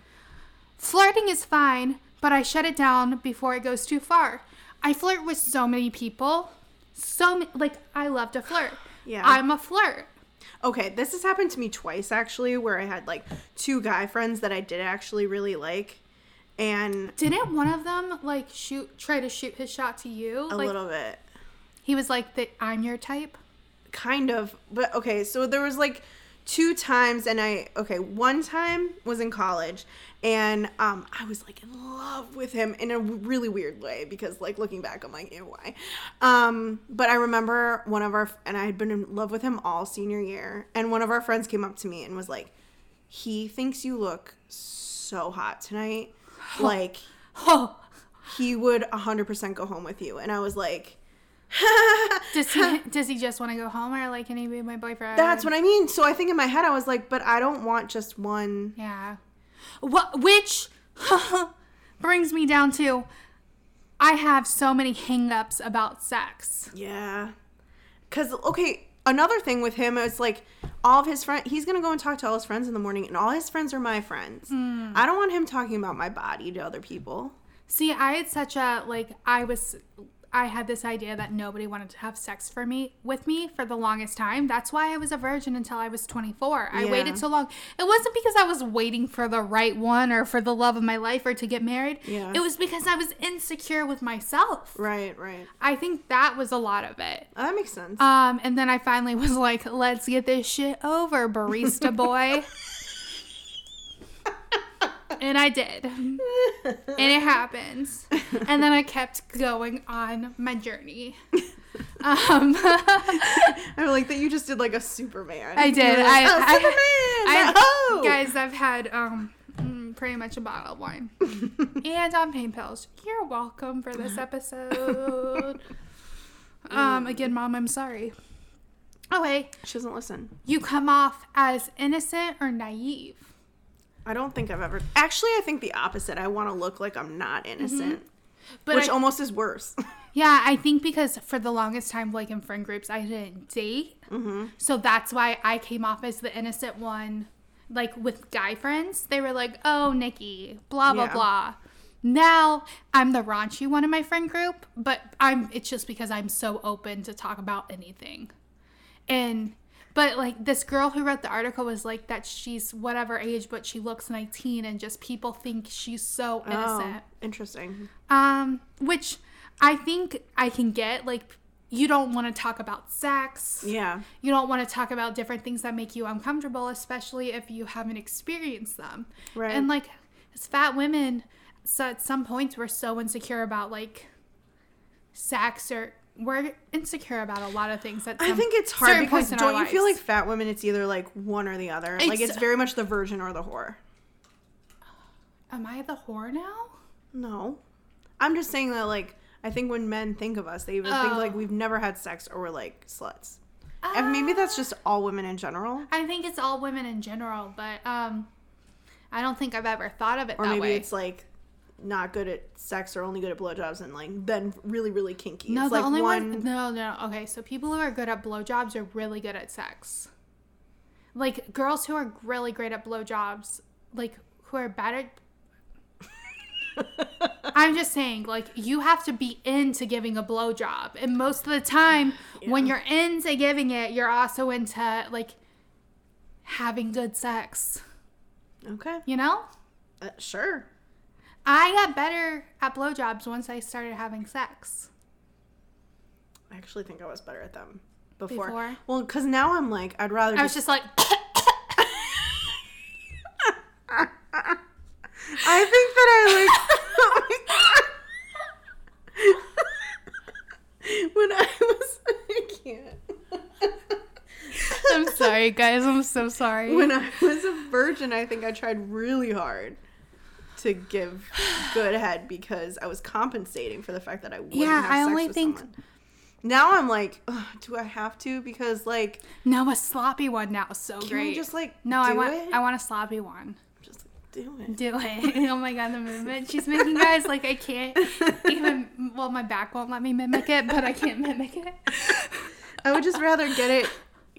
Speaker 1: Flirting is fine, but I shut it down before it goes too far. I flirt with so many people, so ma- like I love to flirt.
Speaker 2: Yeah.
Speaker 1: I'm a flirt.
Speaker 2: Okay, this has happened to me twice actually, where I had like two guy friends that I did actually really like, and
Speaker 1: Didn't one of them like shoot try to shoot his shot to you?
Speaker 2: a
Speaker 1: like
Speaker 2: little bit,
Speaker 1: he was like the I'm your
Speaker 2: (laughs)
Speaker 1: type.
Speaker 2: kind of. But okay, so there was like two times, and I okay, one time was in college, and um, I was like in love with him in a really weird way because like looking back, I'm like, ew, why? Um, but I remember one of our and I had been in love with him all senior year, and one of our friends came up to me and was like, he thinks you look so hot tonight, like.
Speaker 1: Oh,
Speaker 2: he would 100% go home with you. And I was like,
Speaker 1: does he does he just want to go home or like can he be my boyfriend?
Speaker 2: that's what I mean. So I think in my head, I was like, but I don't want just one.
Speaker 1: Yeah. What which (laughs) brings me down to I have so many hangups about sex.
Speaker 2: Yeah. Because, okay, another thing with him is like, all of his friends, he's going to go and talk to all his friends in the morning, and all his friends are my friends.
Speaker 1: Hmm.
Speaker 2: I don't want him talking about my body to other people.
Speaker 1: See, I had such a like I was I had this idea that nobody wanted to have sex for me with me for the longest time. That's why I was a virgin until I was 24. I
Speaker 2: Yeah.
Speaker 1: waited so long. It wasn't because I was waiting for the right one or for the love of my life or to get married.
Speaker 2: Yeah.
Speaker 1: It was because I was insecure with myself.
Speaker 2: Right, right.
Speaker 1: I think that was a lot of it.
Speaker 2: Oh, that makes sense.
Speaker 1: Um, and then I finally was like, let's get this shit over, barista boy. and I did. And it happens. And then I kept going on my journey. Um, (laughs)
Speaker 2: I like that you just did like a Superman.
Speaker 1: I
Speaker 2: You
Speaker 1: did.
Speaker 2: were like,
Speaker 1: I-
Speaker 2: "Oh,
Speaker 1: I-
Speaker 2: Superman!
Speaker 1: I,
Speaker 2: (laughs) oh!
Speaker 1: Guys, I've had um, mm, pretty much a bottle of wine. and on pain pills. You're welcome for this episode. um, again, Mom, I'm sorry. Oh, Okay.
Speaker 2: She doesn't listen.
Speaker 1: you come off as innocent or naive.
Speaker 2: I don't think I've ever. Actually, I think the opposite. I want to look like I'm not innocent,
Speaker 1: Mm-hmm. But
Speaker 2: which
Speaker 1: I-
Speaker 2: almost is worse.
Speaker 1: yeah, I think because for the longest time, like in friend groups, I didn't date, mm-hmm. so that's why I came off as the innocent one. Like with guy friends, they were like, "Oh, Nikki, blah blah
Speaker 2: Yeah.
Speaker 1: blah." Now I'm the raunchy one in my friend group, but I'm. It's just because I'm so open to talk about anything. And but like this girl who wrote the article was like that she's whatever age, but she looks 19, and just people think she's so
Speaker 2: Oh. (laughs)
Speaker 1: innocent.
Speaker 2: interesting.
Speaker 1: Um, which I think I can get. Like, you don't want to talk about sex.
Speaker 2: Yeah.
Speaker 1: You don't want to talk about different things that make you uncomfortable, especially if you haven't experienced them.
Speaker 2: Right.
Speaker 1: And like, as fat women, so at some points we're so insecure about like sex or we're insecure about a lot of things. At
Speaker 2: I
Speaker 1: some-
Speaker 2: think it's hard
Speaker 1: certain
Speaker 2: because
Speaker 1: points in our
Speaker 2: don't you feel like
Speaker 1: lives.
Speaker 2: fat women? It's either like one or the other. like
Speaker 1: It's-
Speaker 2: it's very much the virgin or the whore.
Speaker 1: am I the whore now?
Speaker 2: No, I'm just saying that like I think when men think of us, they even think
Speaker 1: Oh.
Speaker 2: like we've never had sex or we're like sluts. and maybe that's just all women in general,
Speaker 1: I think it's all women in general, but um, I don't think I've ever thought of it
Speaker 2: or
Speaker 1: that
Speaker 2: maybe
Speaker 1: way.
Speaker 2: it's like not good at sex or only good at blowjobs and like then really really kinky.
Speaker 1: No,
Speaker 2: it's
Speaker 1: the
Speaker 2: like
Speaker 1: only
Speaker 2: one.
Speaker 1: one. No, no. Okay, so people who are good at blowjobs are really good at sex. Like girls who are really great at blowjobs, like who are bad
Speaker 2: (laughs)
Speaker 1: at. I'm just saying, like you have to be into giving a blowjob, and most of the time, when you're into giving it, you're also into like having good sex.
Speaker 2: Okay,
Speaker 1: You know,
Speaker 2: Uh, sure.
Speaker 1: I got better at blowjobs once I started having sex.
Speaker 2: I actually think I was better at them before.
Speaker 1: Before?
Speaker 2: Well, because now I'm like, I'd rather
Speaker 1: I was just
Speaker 2: just.
Speaker 1: like,
Speaker 2: I think
Speaker 1: (laughs)
Speaker 2: that I like. oh when I was, I can't.
Speaker 1: I'm sorry, guys. I'm so sorry.
Speaker 2: When I was a virgin, I think I tried really hard to give good head because I was compensating for the fact that I wouldn't
Speaker 1: Yeah,
Speaker 2: have
Speaker 1: I
Speaker 2: sex
Speaker 1: only
Speaker 2: with
Speaker 1: think-
Speaker 2: someone. Now I'm like, "Ugh, do I have to? Because like,
Speaker 1: no, a sloppy one now is so
Speaker 2: can
Speaker 1: great.
Speaker 2: we just like
Speaker 1: no, I
Speaker 2: do
Speaker 1: want
Speaker 2: it?
Speaker 1: I want a sloppy one.
Speaker 2: just like, do it. (laughs)
Speaker 1: Do it. (laughs) oh my god, the movement she's making, guys. Like I can't
Speaker 2: (laughs)
Speaker 1: even. Well, my back won't let me mimic it, but I can't mimic it.
Speaker 2: I would just rather get it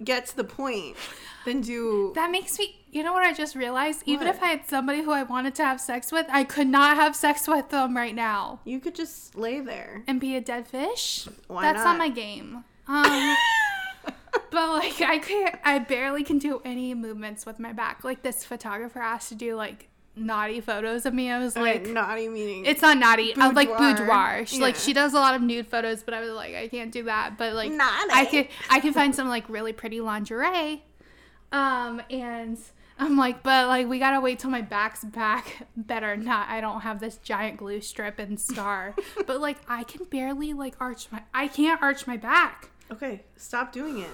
Speaker 2: get to the point than do
Speaker 1: That makes me. You know what I just realized? Even
Speaker 2: What?
Speaker 1: if I had somebody who I wanted to have sex with, I could not have sex with them right now
Speaker 2: you could
Speaker 1: (laughs)
Speaker 2: just lay there.
Speaker 1: and be a dead fish.
Speaker 2: Why
Speaker 1: That's not
Speaker 2: not?
Speaker 1: my game. Um, But like I can't I barely can do any movements with my back. Like this photographer asked to do like naughty photos of me. I was like
Speaker 2: Like naughty meaning.
Speaker 1: it's not naughty. I was like
Speaker 2: Boudoir.
Speaker 1: boudoir. She, Like
Speaker 2: Yeah.
Speaker 1: she does a lot of nude photos, but I was like, I can't do that. But like
Speaker 2: Naughty.
Speaker 1: I could I could find some like really pretty lingerie. Um and I'm like, but like we gotta wait till my back's back (laughs) better not I don't have this giant glue strip and
Speaker 2: (laughs)
Speaker 1: scar. but like I can barely like arch my I can't arch my back.
Speaker 2: okay. Stop doing it.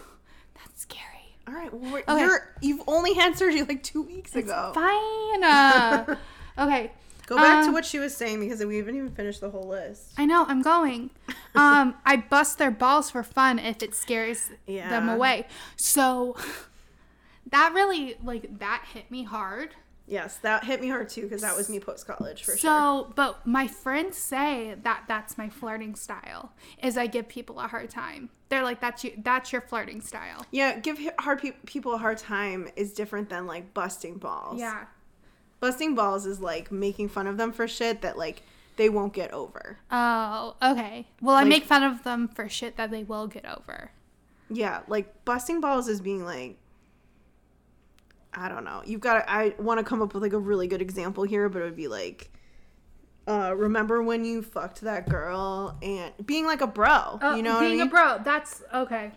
Speaker 1: That's scary.
Speaker 2: All right. Well, we're-
Speaker 1: Okay.
Speaker 2: you're you've only had surgery like two weeks
Speaker 1: It's
Speaker 2: ago.
Speaker 1: (laughs) fine. Uh, okay.
Speaker 2: Go back to
Speaker 1: Um,
Speaker 2: what she was saying because we haven't even finished the whole list.
Speaker 1: I know. I'm going. Um, I bust their balls for fun if it scares them
Speaker 2: Yeah.
Speaker 1: away. So that really like that hit me hard.
Speaker 2: Yes, that hit me hard too because that was me post college for sure.
Speaker 1: so, but my friends say that that's my flirting style. Is I give people a hard time. They're like, that's you. That's your flirting style.
Speaker 2: Yeah, give hi- hard pe- people a hard time is different than like busting balls.
Speaker 1: Yeah.
Speaker 2: busting balls is like making fun of them for shit that like they won't get over.
Speaker 1: Oh, okay. Well, I
Speaker 2: Like-
Speaker 1: make fun of them for shit that they will get over.
Speaker 2: Yeah, like busting balls is being like I don't know. You've got to I want to come up with like a really good example here, but it would be like uh remember when you fucked that girl and being like a bro,
Speaker 1: Uh,
Speaker 2: you know what I
Speaker 1: being
Speaker 2: mean?
Speaker 1: a bro. That's okay.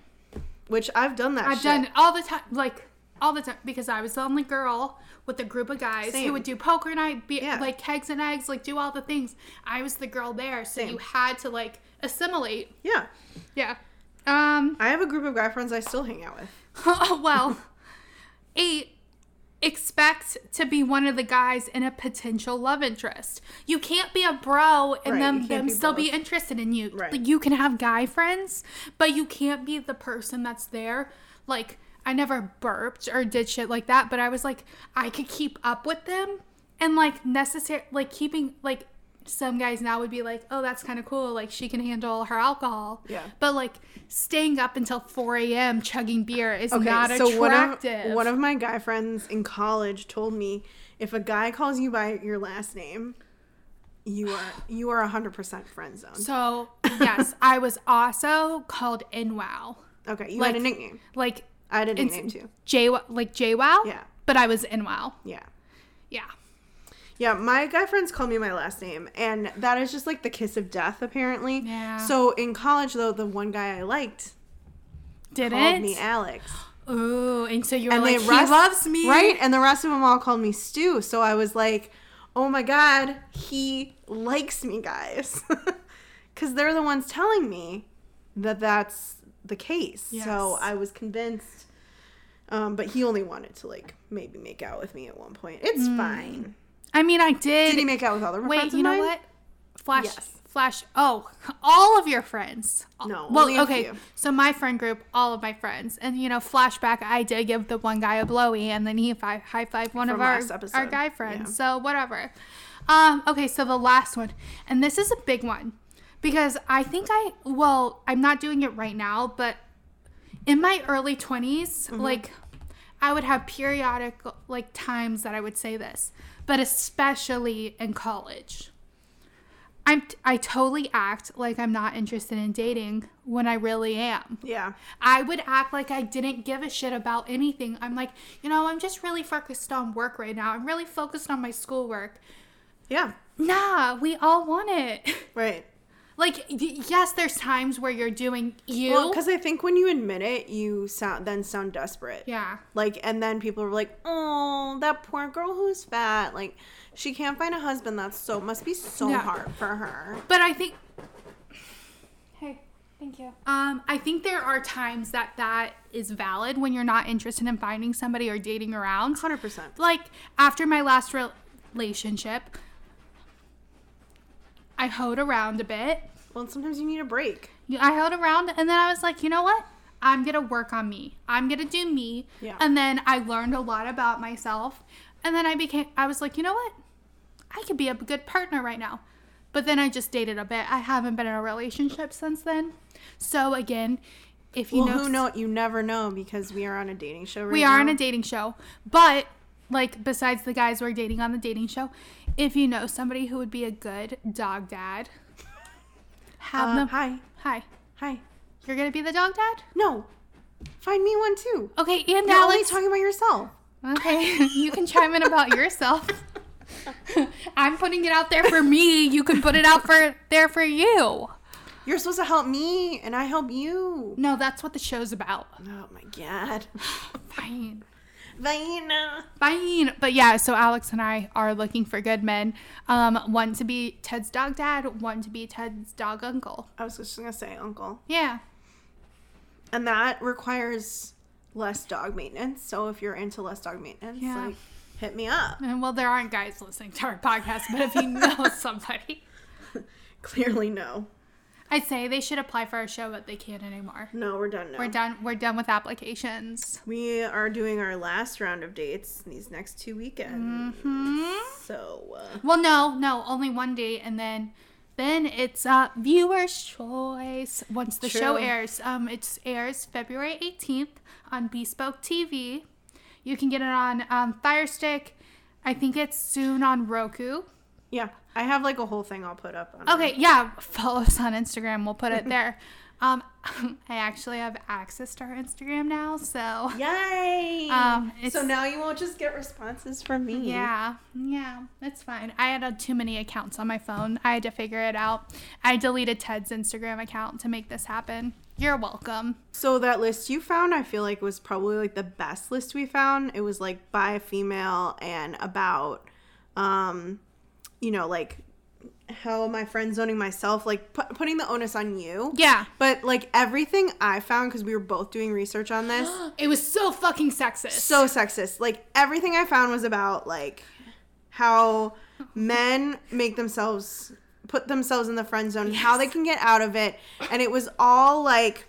Speaker 2: Which I've done that
Speaker 1: I've
Speaker 2: shit.
Speaker 1: done it all the time, like all the time, because I was the only girl with a group of guys who
Speaker 2: Same.
Speaker 1: would do poker night, be,
Speaker 2: Yeah.
Speaker 1: like kegs and eggs, like do all the things. I was the girl there, so
Speaker 2: Same.
Speaker 1: you had to like assimilate.
Speaker 2: Yeah.
Speaker 1: Yeah. Um.
Speaker 2: I have a group of guy friends I still hang out with.
Speaker 1: (laughs) Oh, well, eight. Expect to be one of the guys in a potential love interest. You can't be a bro and
Speaker 2: Right, you
Speaker 1: them
Speaker 2: can't
Speaker 1: them
Speaker 2: be
Speaker 1: still be
Speaker 2: both.
Speaker 1: interested in you.
Speaker 2: Right.
Speaker 1: Like you can have guy friends, but you can't be the person that's there. Like I never burped or did shit like that, but I was like I could keep up with them and like necessary like keeping like some guys now would be like, "Oh, that's kind of cool. Like she can handle her alcohol."
Speaker 2: Yeah.
Speaker 1: But like staying up until 4 a.m. chugging beer is
Speaker 2: Okay,
Speaker 1: not
Speaker 2: one of-
Speaker 1: attractive.
Speaker 2: One of, my guy friends in college told me if a guy calls you by your last name, you are you are hundred percent friend zone.
Speaker 1: so yes, I was also called NWOW,
Speaker 2: Okay, you
Speaker 1: like-
Speaker 2: had a nickname.
Speaker 1: like
Speaker 2: I had a
Speaker 1: it's-
Speaker 2: nickname too.
Speaker 1: J like JWOW.
Speaker 2: Yeah.
Speaker 1: But I was NWOW.
Speaker 2: Yeah.
Speaker 1: Yeah.
Speaker 2: Yeah, my guy friends call me my last name, and that is just like the kiss of death, apparently.
Speaker 1: Yeah.
Speaker 2: So in college, though, the one guy I liked
Speaker 1: Did
Speaker 2: called
Speaker 1: it?
Speaker 2: me Alex,
Speaker 1: Ooh, and so you were
Speaker 2: and
Speaker 1: like, he
Speaker 2: rest-
Speaker 1: loves me,
Speaker 2: right? And the rest of them all called me Stu. So I was like, oh my god, he likes me, guys, (laughs) because they're the ones telling me that that's the case. So
Speaker 1: Yes.
Speaker 2: I was convinced. Um, but he only wanted to like maybe make out with me at one point. It's fine.
Speaker 1: I mean, I did.
Speaker 2: Did he make out with other friends
Speaker 1: Mm. Wait,
Speaker 2: of
Speaker 1: you know
Speaker 2: mine?
Speaker 1: what? Flash,
Speaker 2: Yes.
Speaker 1: flash. Oh, all of your friends.
Speaker 2: No,
Speaker 1: well,
Speaker 2: only a
Speaker 1: okay.
Speaker 2: few.
Speaker 1: So my friend group, all of my friends, and you know, flashback. I did give the one guy a blowy, and then he fi- high fived one
Speaker 2: From
Speaker 1: of our
Speaker 2: last episode,
Speaker 1: our guy
Speaker 2: yeah.
Speaker 1: friends. So whatever. Um. Okay. So the last one, and this is a big one, because I think I well, I'm not doing it right now, but in my early 20s
Speaker 2: Mm-hmm.
Speaker 1: like i would have periodic like times that i would say this but especially in college i'm i totally act like i'm not interested in dating when i really am
Speaker 2: Yeah.
Speaker 1: i would act like i didn't give a shit about anything i'm like you know i'm just really focused on work right now i'm really focused on my schoolwork
Speaker 2: Yeah.
Speaker 1: nah we all want it (laughs)
Speaker 2: Right.
Speaker 1: like y- yes there's times where you're doing you
Speaker 2: Well, because I think when you admit it, you sound then sound desperate.
Speaker 1: yeah
Speaker 2: Like, and then people are like, "Oh, that poor girl who's fat. Like, she can't find a husband. That's so must be so
Speaker 1: Yeah.
Speaker 2: hard for her."
Speaker 1: But I think. (sighs) Hey, thank you. Um, I think there are times that that is valid when you're not interested in finding somebody or dating around.
Speaker 2: Hundred percent.
Speaker 1: Like after my last rel- relationship, I hoed around a bit.
Speaker 2: Well, and sometimes you need a break.
Speaker 1: I held around and then I was like, you know what? I'm gonna work on me. I'm gonna do me.
Speaker 2: Yeah.
Speaker 1: And then I learned a lot about myself. And then I became I was like, you know what? I could be a good partner right now. But then I just dated a bit. I haven't been in a relationship since then. So again, if you
Speaker 2: Well,
Speaker 1: know
Speaker 2: who know? You never know because we are on a dating show. Right
Speaker 1: we are in
Speaker 2: now.
Speaker 1: a dating show. But like besides the guys we're dating on the dating show, if you know somebody who would be a good dog dad, have
Speaker 2: Uh,
Speaker 1: them
Speaker 2: hi,
Speaker 1: hi.
Speaker 2: hi.
Speaker 1: You're gonna be the dog dad?
Speaker 2: No, Find me one too.
Speaker 1: Okay, and
Speaker 2: You're only
Speaker 1: Alex.
Speaker 2: talking about yourself.
Speaker 1: (laughs) okay, you can chime in about (laughs) yourself. I'm putting it out there for me. You can put it out for there for you.
Speaker 2: You're supposed to help me, and I help you.
Speaker 1: No, that's what the show's about.
Speaker 2: Oh my
Speaker 1: (laughs)
Speaker 2: god,
Speaker 1: Fine.
Speaker 2: Vina.
Speaker 1: Fine. But yeah, so Alex and I are looking for good men. Um, one to be Ted's dog dad, one to be Ted's dog uncle.
Speaker 2: I was just gonna say uncle,
Speaker 1: Yeah.
Speaker 2: and that requires less dog maintenance. So if you're into less dog maintenance,
Speaker 1: Yeah.
Speaker 2: like hit me up.
Speaker 1: And well, there aren't guys listening to our podcast, but if you (laughs) know somebody,
Speaker 2: Clearly, no,
Speaker 1: I'd say they should apply for our show, but they can't anymore.
Speaker 2: no, we're done now.
Speaker 1: We're done. We're done with applications.
Speaker 2: We are doing our last round of dates these next two weekends.
Speaker 1: Hmm.
Speaker 2: So uh,
Speaker 1: Well, no, no, only one date, and then then it's uh viewer's choice once the show
Speaker 2: True.
Speaker 1: airs. Um, it airs February eighteenth on Bespoke TV. You can get it on um, Fire Stick. I think it's soon on Roku.
Speaker 2: yeah, I have like a whole thing I'll put up on.
Speaker 1: Okay, yeah, follow us on Instagram. We'll put it there. um, (laughs) I actually have access to our Instagram now, so
Speaker 2: Yay!
Speaker 1: Um, it's-
Speaker 2: so now you won't just get responses from me.
Speaker 1: Yeah, yeah, that's fine. I had uh, too many accounts on my phone. I had to figure it out. I deleted Ted's Instagram account to make this happen. You're welcome.
Speaker 2: So that list you found, I feel like was probably like the best list we found. It was like by a female and about, um, you know, like how am I friend zoning myself? Like pu- putting the onus on you.
Speaker 1: Yeah,
Speaker 2: But like everything I found, because we were both doing research on this,
Speaker 1: it was so fucking sexist.
Speaker 2: so sexist. Like everything I found was about like how men make themselves put themselves in the friend zone, how they can get out of it, and it was all like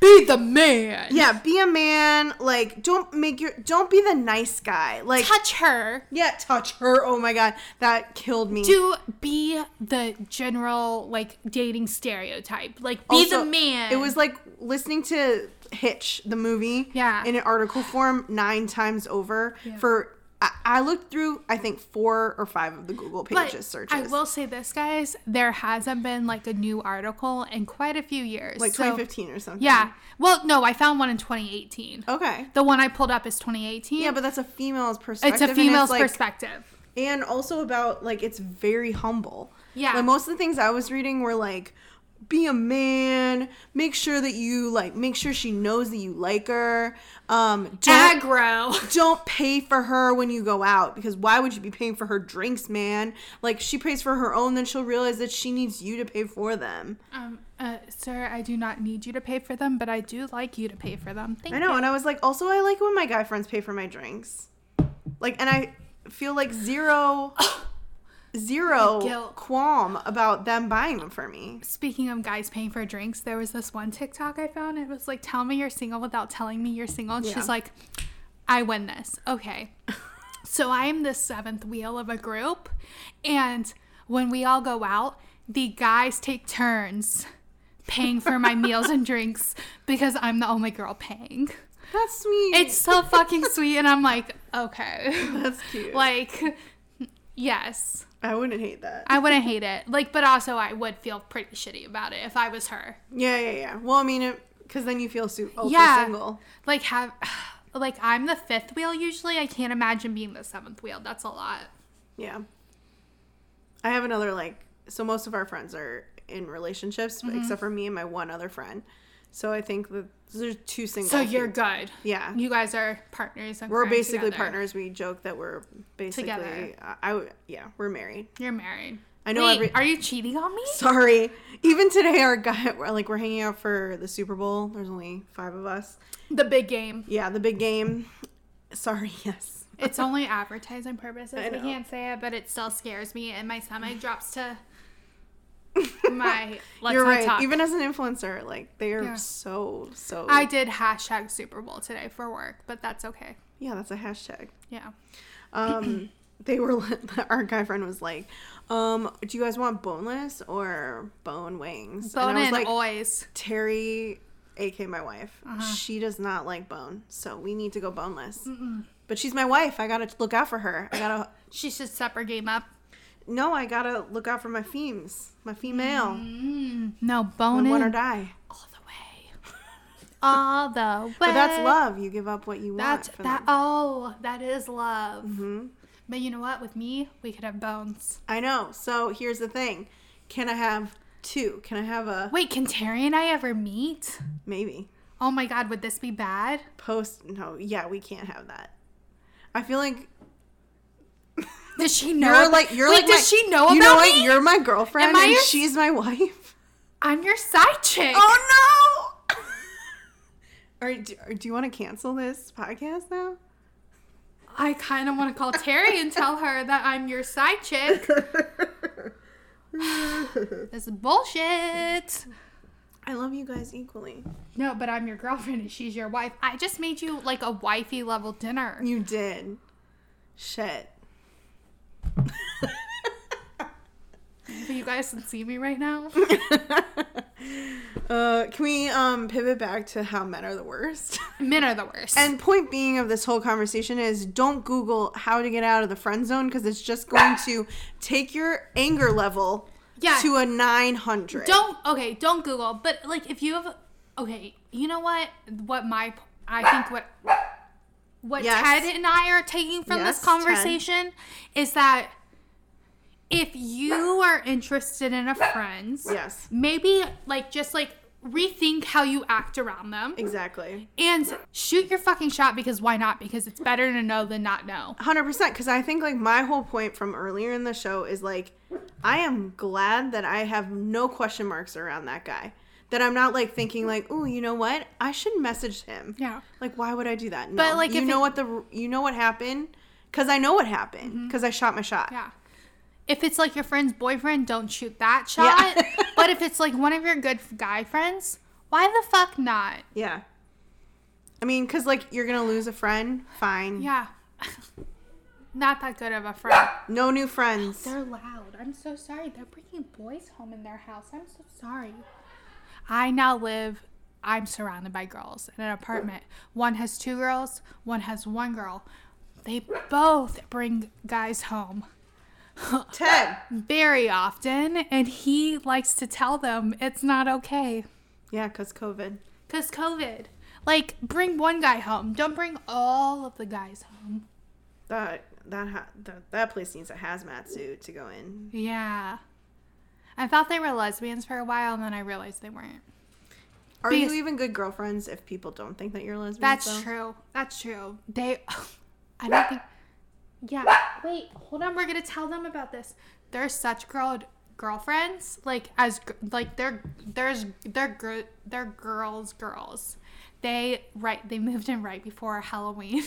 Speaker 1: be the man.
Speaker 2: yeah, be a man, like don't make your don't be the nice guy. Like
Speaker 1: Touch her.
Speaker 2: yeah, touch her. Oh my god, that killed me.
Speaker 1: Do be the general like dating stereotype. Like be
Speaker 2: Also,
Speaker 1: the man.
Speaker 2: It was like listening to Hitch, the movie,
Speaker 1: Yeah.
Speaker 2: in an article form nine times over. For I, I looked through, I think four or five of the Google
Speaker 1: But
Speaker 2: pages searches.
Speaker 1: I will say this, guys. There hasn't been like a new article in quite a few years.
Speaker 2: like
Speaker 1: so-
Speaker 2: 2015 or something.
Speaker 1: Yeah. Well, no, I found one in 2018.
Speaker 2: Okay.
Speaker 1: The one I pulled up is 2018.
Speaker 2: Yeah, but that's a female's perspective.
Speaker 1: it's a
Speaker 2: and
Speaker 1: female's
Speaker 2: like-
Speaker 1: perspective.
Speaker 2: and also about like it's very humble.
Speaker 1: Yeah.
Speaker 2: Like most of the things I was reading were like be a man, make sure that you like make sure she knows that you like her. Um don't,
Speaker 1: Aggro.
Speaker 2: don't pay for her when you go out because why would you be paying for her drinks, man? Like she pays for her own then she'll realize that she needs you to pay for them.
Speaker 1: Um, uh, sir, I do not need you to pay for them, but I do like you to pay for them. Thank
Speaker 2: I know
Speaker 1: you.
Speaker 2: and I was like also I like when my guy friends pay for my drinks. Like and I feel
Speaker 1: (laughs)
Speaker 2: like zero zero
Speaker 1: Guilt.
Speaker 2: qualm about them buying them for me.
Speaker 1: Speaking of guys paying for drinks, there was this one TikTok I found. It was like, "Tell me you're single without telling me you're single." And
Speaker 2: Yeah.
Speaker 1: she's like, "I win this."
Speaker 2: (laughs)
Speaker 1: Okay. so I am the seventh wheel of a group, and when we all go out, the guys take turns paying for my meals
Speaker 2: (laughs)
Speaker 1: and drinks because I'm the only girl paying.
Speaker 2: That's sweet.
Speaker 1: It's so fucking sweet. And I'm like, okay. (laughs)
Speaker 2: That's cute.
Speaker 1: Like, yes,
Speaker 2: I wouldn't hate that.
Speaker 1: I wouldn't hate it. Like, but also I would feel pretty shitty about it if I was her.
Speaker 2: yeah, yeah, yeah. Well, I mean, because then you feel super
Speaker 1: Yeah.
Speaker 2: single.
Speaker 1: Like, have, (sighs) like, I'm the fifth wheel usually. I can't imagine being the seventh wheel. That's a lot.
Speaker 2: Yeah. I have another like. So most of our friends are in relationships,
Speaker 1: Mm-hmm.
Speaker 2: but except for me and my one other friend. So I think that there's two single.
Speaker 1: So you're
Speaker 2: people.
Speaker 1: good.
Speaker 2: Yeah.
Speaker 1: You guys are partners. And
Speaker 2: We're
Speaker 1: crying
Speaker 2: basically
Speaker 1: together.
Speaker 2: partners. We joke that we're basically.
Speaker 1: Together.
Speaker 2: I, I would- yeah, we're married.
Speaker 1: You're married.
Speaker 2: I know
Speaker 1: Wait,
Speaker 2: every- (laughs)
Speaker 1: are you cheating on me?
Speaker 2: Sorry. Even today, our guy, we're, like, we're hanging out for the Super Bowl. There's only five of us.
Speaker 1: The big game.
Speaker 2: Yeah, the big game. (laughs) Sorry. Yes.
Speaker 1: It's only advertising purposes.
Speaker 2: I
Speaker 1: We
Speaker 2: know.
Speaker 1: can't say it, but it still scares me, and my
Speaker 2: (laughs)
Speaker 1: stomach drops to my. Let's
Speaker 2: You're
Speaker 1: not
Speaker 2: right.
Speaker 1: talk.
Speaker 2: Even as an influencer, like they are
Speaker 1: Yeah.
Speaker 2: so so.
Speaker 1: I did hashtag Super Bowl today for work, but that's okay.
Speaker 2: yeah, that's a hashtag.
Speaker 1: Yeah.
Speaker 2: Um, (clears throat) they were (laughs) our guy friend was like, um, do you guys want boneless or bone wings?
Speaker 1: Bone
Speaker 2: and I was
Speaker 1: in
Speaker 2: like,
Speaker 1: always.
Speaker 2: Terry, aka my wife,
Speaker 1: Uh-huh.
Speaker 2: she does not like bone, so we need to go boneless. But she's my wife. I gotta look out for her. I gotta
Speaker 1: She should step her game up.
Speaker 2: no. I gotta look out for my
Speaker 1: Mm-hmm.
Speaker 2: themes, my female.
Speaker 1: No, bone
Speaker 2: Win
Speaker 1: in
Speaker 2: or die.
Speaker 1: all the way. all the way.
Speaker 2: (laughs) But that's love. You give up what you want.
Speaker 1: Eh. That's
Speaker 2: for
Speaker 1: that.
Speaker 2: them.
Speaker 1: Oh, that is love.
Speaker 2: Mhm.
Speaker 1: But you know what? With me, we could have bones.
Speaker 2: I know. So here's the thing: can I have two? Can I have a
Speaker 1: Wait, can Terry and I ever meet?
Speaker 2: maybe
Speaker 1: Oh my God, would this be bad?
Speaker 2: post? No. Yeah, we can't have that. I feel like
Speaker 1: Does she know?
Speaker 2: you're
Speaker 1: ab-
Speaker 2: like you're
Speaker 1: Wait,
Speaker 2: like
Speaker 1: does
Speaker 2: my-
Speaker 1: she know about
Speaker 2: you know what?
Speaker 1: me?
Speaker 2: You're my girlfriend,
Speaker 1: Am I
Speaker 2: and
Speaker 1: your-
Speaker 2: she's my wife.
Speaker 1: I'm your side chick.
Speaker 2: (laughs) Oh no! or, do, or do you want to cancel this
Speaker 1: (laughs)
Speaker 2: podcast now?
Speaker 1: I kind of want to call Terry and tell her that I'm your side chick. This is bullshit.
Speaker 2: I love you guys equally.
Speaker 1: No, but I'm your girlfriend and she's your wife. I just made you like a wifey level dinner.
Speaker 2: You did.
Speaker 1: (laughs)
Speaker 2: Shit.
Speaker 1: So you guys can see me right
Speaker 2: (laughs)
Speaker 1: now.
Speaker 2: uh, can we um, pivot back to how men are the worst?
Speaker 1: Men are the worst.
Speaker 2: and point being of this whole conversation is don't Google how to get out of the friend zone because it's just going to take your anger level
Speaker 1: Yeah.
Speaker 2: to a 900.
Speaker 1: Don't okay, don't Google. But like, if you have okay, you know what? What my I think what what
Speaker 2: Yes.
Speaker 1: Ted and I are taking from
Speaker 2: Yes,
Speaker 1: this
Speaker 2: Ted.
Speaker 1: conversation is that if you are interested in a friend,
Speaker 2: Yes.
Speaker 1: maybe like just like rethink how you act around them
Speaker 2: Exactly.
Speaker 1: and shoot your fucking shot because why not? Because it's better to know than not know.
Speaker 2: hundred percent. Because I think like my whole point from earlier in the show is like, I am glad that I have no question marks around that guy. That I'm not like thinking like, oh, you know what? I should message him.
Speaker 1: Yeah.
Speaker 2: Like, why would I do that? No.
Speaker 1: But, like,
Speaker 2: you
Speaker 1: if
Speaker 2: know
Speaker 1: it-
Speaker 2: what the you know what happened? Because I know what happened. Because I shot my shot.
Speaker 1: Mm-hmm. Yeah. If it's like your friend's boyfriend, don't shoot that shot. (laughs)
Speaker 2: Yeah.
Speaker 1: but if it's like one of your good guy friends, why the fuck not?
Speaker 2: Yeah. I mean, because like you're gonna lose a friend. Fine.
Speaker 1: Yeah. (laughs) not that good of a friend.
Speaker 2: No new friends.
Speaker 1: They're loud. I'm so sorry. They're bringing boys home in their house. I'm so sorry. I now live, I'm surrounded by girls in an apartment. One has two girls, one has one girl. They both bring guys home.
Speaker 2: Ted.
Speaker 1: very often and he likes to tell them it's not okay
Speaker 2: Yeah, because COVID.
Speaker 1: cuz covid like bring one guy home don't bring all of the guys home
Speaker 2: That that ha- that, that place needs a hazmat suit to go in.
Speaker 1: yeah i thought they were lesbians for a while and then i realized they weren't
Speaker 2: Are
Speaker 1: Because-
Speaker 2: you even good girlfriends if people don't think that you're a lesbian?
Speaker 1: that's
Speaker 2: though?
Speaker 1: true that's true they (sighs) i don't think yeah wait hold on we're gonna tell them about this they're such girl girlfriends like as gr- like they're there's they're gr- they're girls girls they right they moved in right before halloween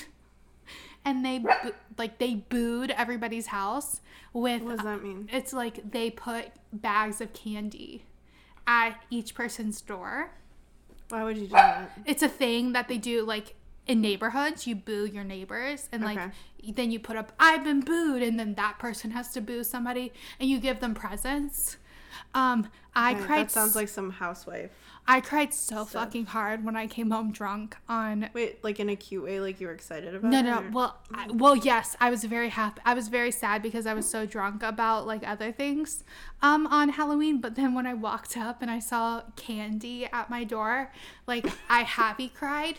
Speaker 1: (laughs) and they boo- like they booed everybody's house with
Speaker 2: What does that mean?
Speaker 1: it's like they put bags of candy at each person's door
Speaker 2: Why would you do that?
Speaker 1: it's a thing that they do like in neighborhoods you boo your neighbors and like
Speaker 2: Okay.
Speaker 1: then you put up i've been booed and then that person has to boo somebody and you give them presents um i
Speaker 2: Right,
Speaker 1: cried
Speaker 2: that sounds
Speaker 1: s-
Speaker 2: like some housewife.
Speaker 1: i cried so fucking hard when i came home drunk on
Speaker 2: Wait, like in a cute way, like you were excited about
Speaker 1: no
Speaker 2: it?
Speaker 1: no
Speaker 2: or-
Speaker 1: well I, well yes i was very happy i was very sad because i was so drunk about like other things um on halloween but then when i walked up and i saw candy at my door like i happy cried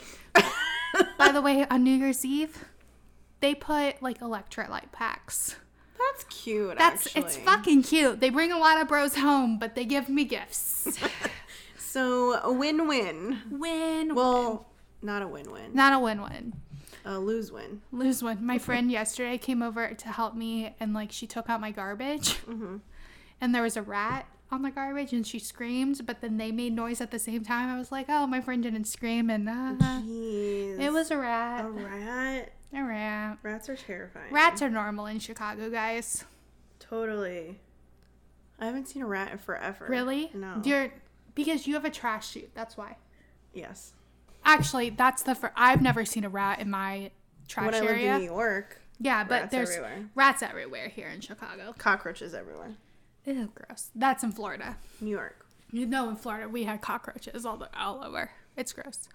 Speaker 1: by the way on new year's eve they put like electrolyte packs
Speaker 2: that's cute.
Speaker 1: that's it's
Speaker 2: actually.
Speaker 1: fucking cute they bring a lot of bros home but they give me
Speaker 2: (laughs)
Speaker 1: gifts
Speaker 2: So a win-win.
Speaker 1: win
Speaker 2: Well, not a win-win.
Speaker 1: not a win-win
Speaker 2: A lose-win.
Speaker 1: lose one. My friend yesterday came over to help me and like she took out my garbage. (laughs)
Speaker 2: Mm-hmm.
Speaker 1: And there was a rat on the garbage and she screamed, but then they made noise at the same time. I was like, oh, my friend didn't scream. And uh,
Speaker 2: Jeez.
Speaker 1: it was a
Speaker 2: a
Speaker 1: rat.
Speaker 2: rat.
Speaker 1: A rat.
Speaker 2: Rats are terrifying.
Speaker 1: Rats are normal in Chicago, guys.
Speaker 2: Totally. I haven't seen a rat in forever.
Speaker 1: Really?
Speaker 2: No.
Speaker 1: You're, because you have a trash chute. That's why.
Speaker 2: yes.
Speaker 1: Actually, that's the first. I've never seen a rat in my trash
Speaker 2: When I lived
Speaker 1: area.
Speaker 2: in New York,
Speaker 1: yeah, but
Speaker 2: rats
Speaker 1: there's
Speaker 2: everywhere.
Speaker 1: rats everywhere here in Chicago.
Speaker 2: cockroaches everywhere.
Speaker 1: Ew, gross. That's in Florida. (laughs)
Speaker 2: New York.
Speaker 1: You know, in Florida, we had cockroaches all, the, all over. It's gross.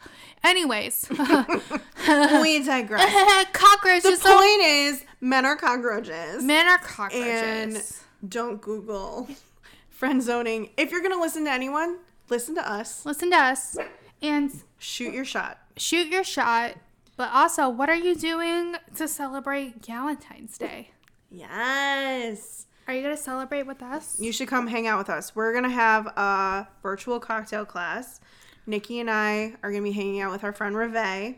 Speaker 1: Anyways, (laughs)
Speaker 2: we digress.
Speaker 1: cockroaches.
Speaker 2: The
Speaker 1: are-
Speaker 2: point is, men are cockroaches.
Speaker 1: men are cockroaches.
Speaker 2: and don't Google (laughs) friend zoning. If you're gonna listen to anyone, listen to us.
Speaker 1: Listen to us. And
Speaker 2: Shoot your shot.
Speaker 1: Shoot your shot, but also, what are you doing to celebrate Valentine's Day?
Speaker 2: Yes.
Speaker 1: Are you gonna celebrate with us?
Speaker 2: You should come hang out with us. We're gonna have a virtual cocktail class. Nikki and I are gonna be hanging out with our friend Reve, and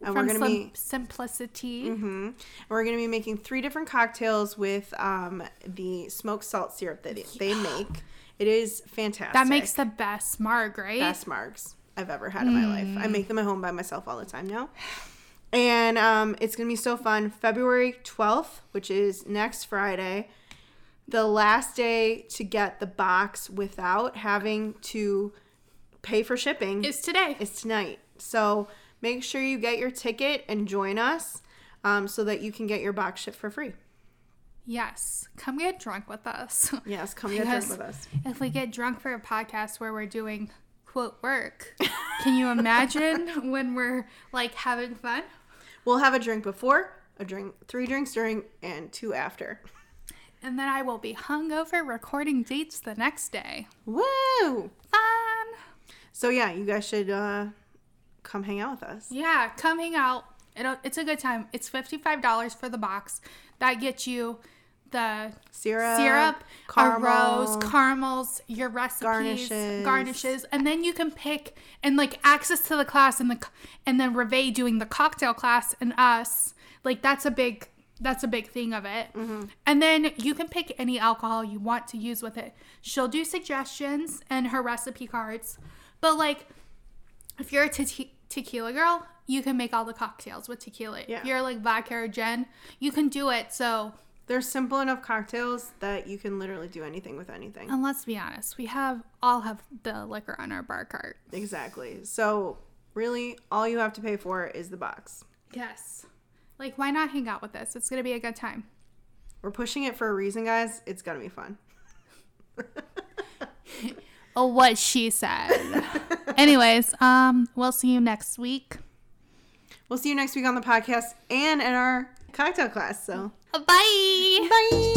Speaker 2: we're
Speaker 1: From
Speaker 2: gonna
Speaker 1: Sim-
Speaker 2: be
Speaker 1: simplicity.
Speaker 2: hmm we're gonna be making three different cocktails with um, the smoked salt syrup that they make. It is fantastic.
Speaker 1: That makes the best marg, right?
Speaker 2: best marks I've ever had in my life. I make them at home by myself all the time now. And um, it's going to be so fun. February 12th, which is next Friday, the last day to get the box without having to pay for shipping
Speaker 1: Is today.
Speaker 2: is tonight. So make sure you get your ticket and join us um, so that you can get your box shipped for free.
Speaker 1: yes. Come get drunk with us. (laughs)
Speaker 2: Yes, come get drunk
Speaker 1: Yes.
Speaker 2: with us.
Speaker 1: if we get drunk for a podcast where we're doing quote work, can you imagine when we're like having fun?
Speaker 2: We'll have a drink before, a drink, three drinks during, and two after.
Speaker 1: And then I will be hungover recording dates the next day.
Speaker 2: Woo!
Speaker 1: Fun.
Speaker 2: So yeah, you guys should uh, come hang out with us.
Speaker 1: Yeah, coming out. It'll, it's a good time. It's $55 for the box. That gets you the
Speaker 2: Syrup,
Speaker 1: syrup,
Speaker 2: caramel.
Speaker 1: a rose, caramels, your recipes,
Speaker 2: Garnishes.
Speaker 1: garnishes. and then you can pick and like access to the class and the co- and then Reve doing the cocktail class and us like that's a big that's a big thing of it. And then you can pick any alcohol you want to use with it. She'll do suggestions and her recipe cards, but like if you're a te- tequila girl, you can make all the cocktails with tequila.
Speaker 2: Yeah.
Speaker 1: If you're like vodka or gin, you can do it. So
Speaker 2: They're simple enough cocktails that you can literally do anything with anything.
Speaker 1: And let's be honest, we have all have the liquor on our bar cart.
Speaker 2: Exactly. So really, all you have to pay for is the box.
Speaker 1: Yes. Like, why not hang out with us? It's gonna be a good time.
Speaker 2: We're pushing it for a reason, guys. It's gonna be fun. (laughs)
Speaker 1: Oh, what she
Speaker 2: (laughs)
Speaker 1: said. Anyways, um, we'll see you next week.
Speaker 2: We'll see you next week on the podcast and in our cocktail class. So
Speaker 1: Bye.
Speaker 2: bye.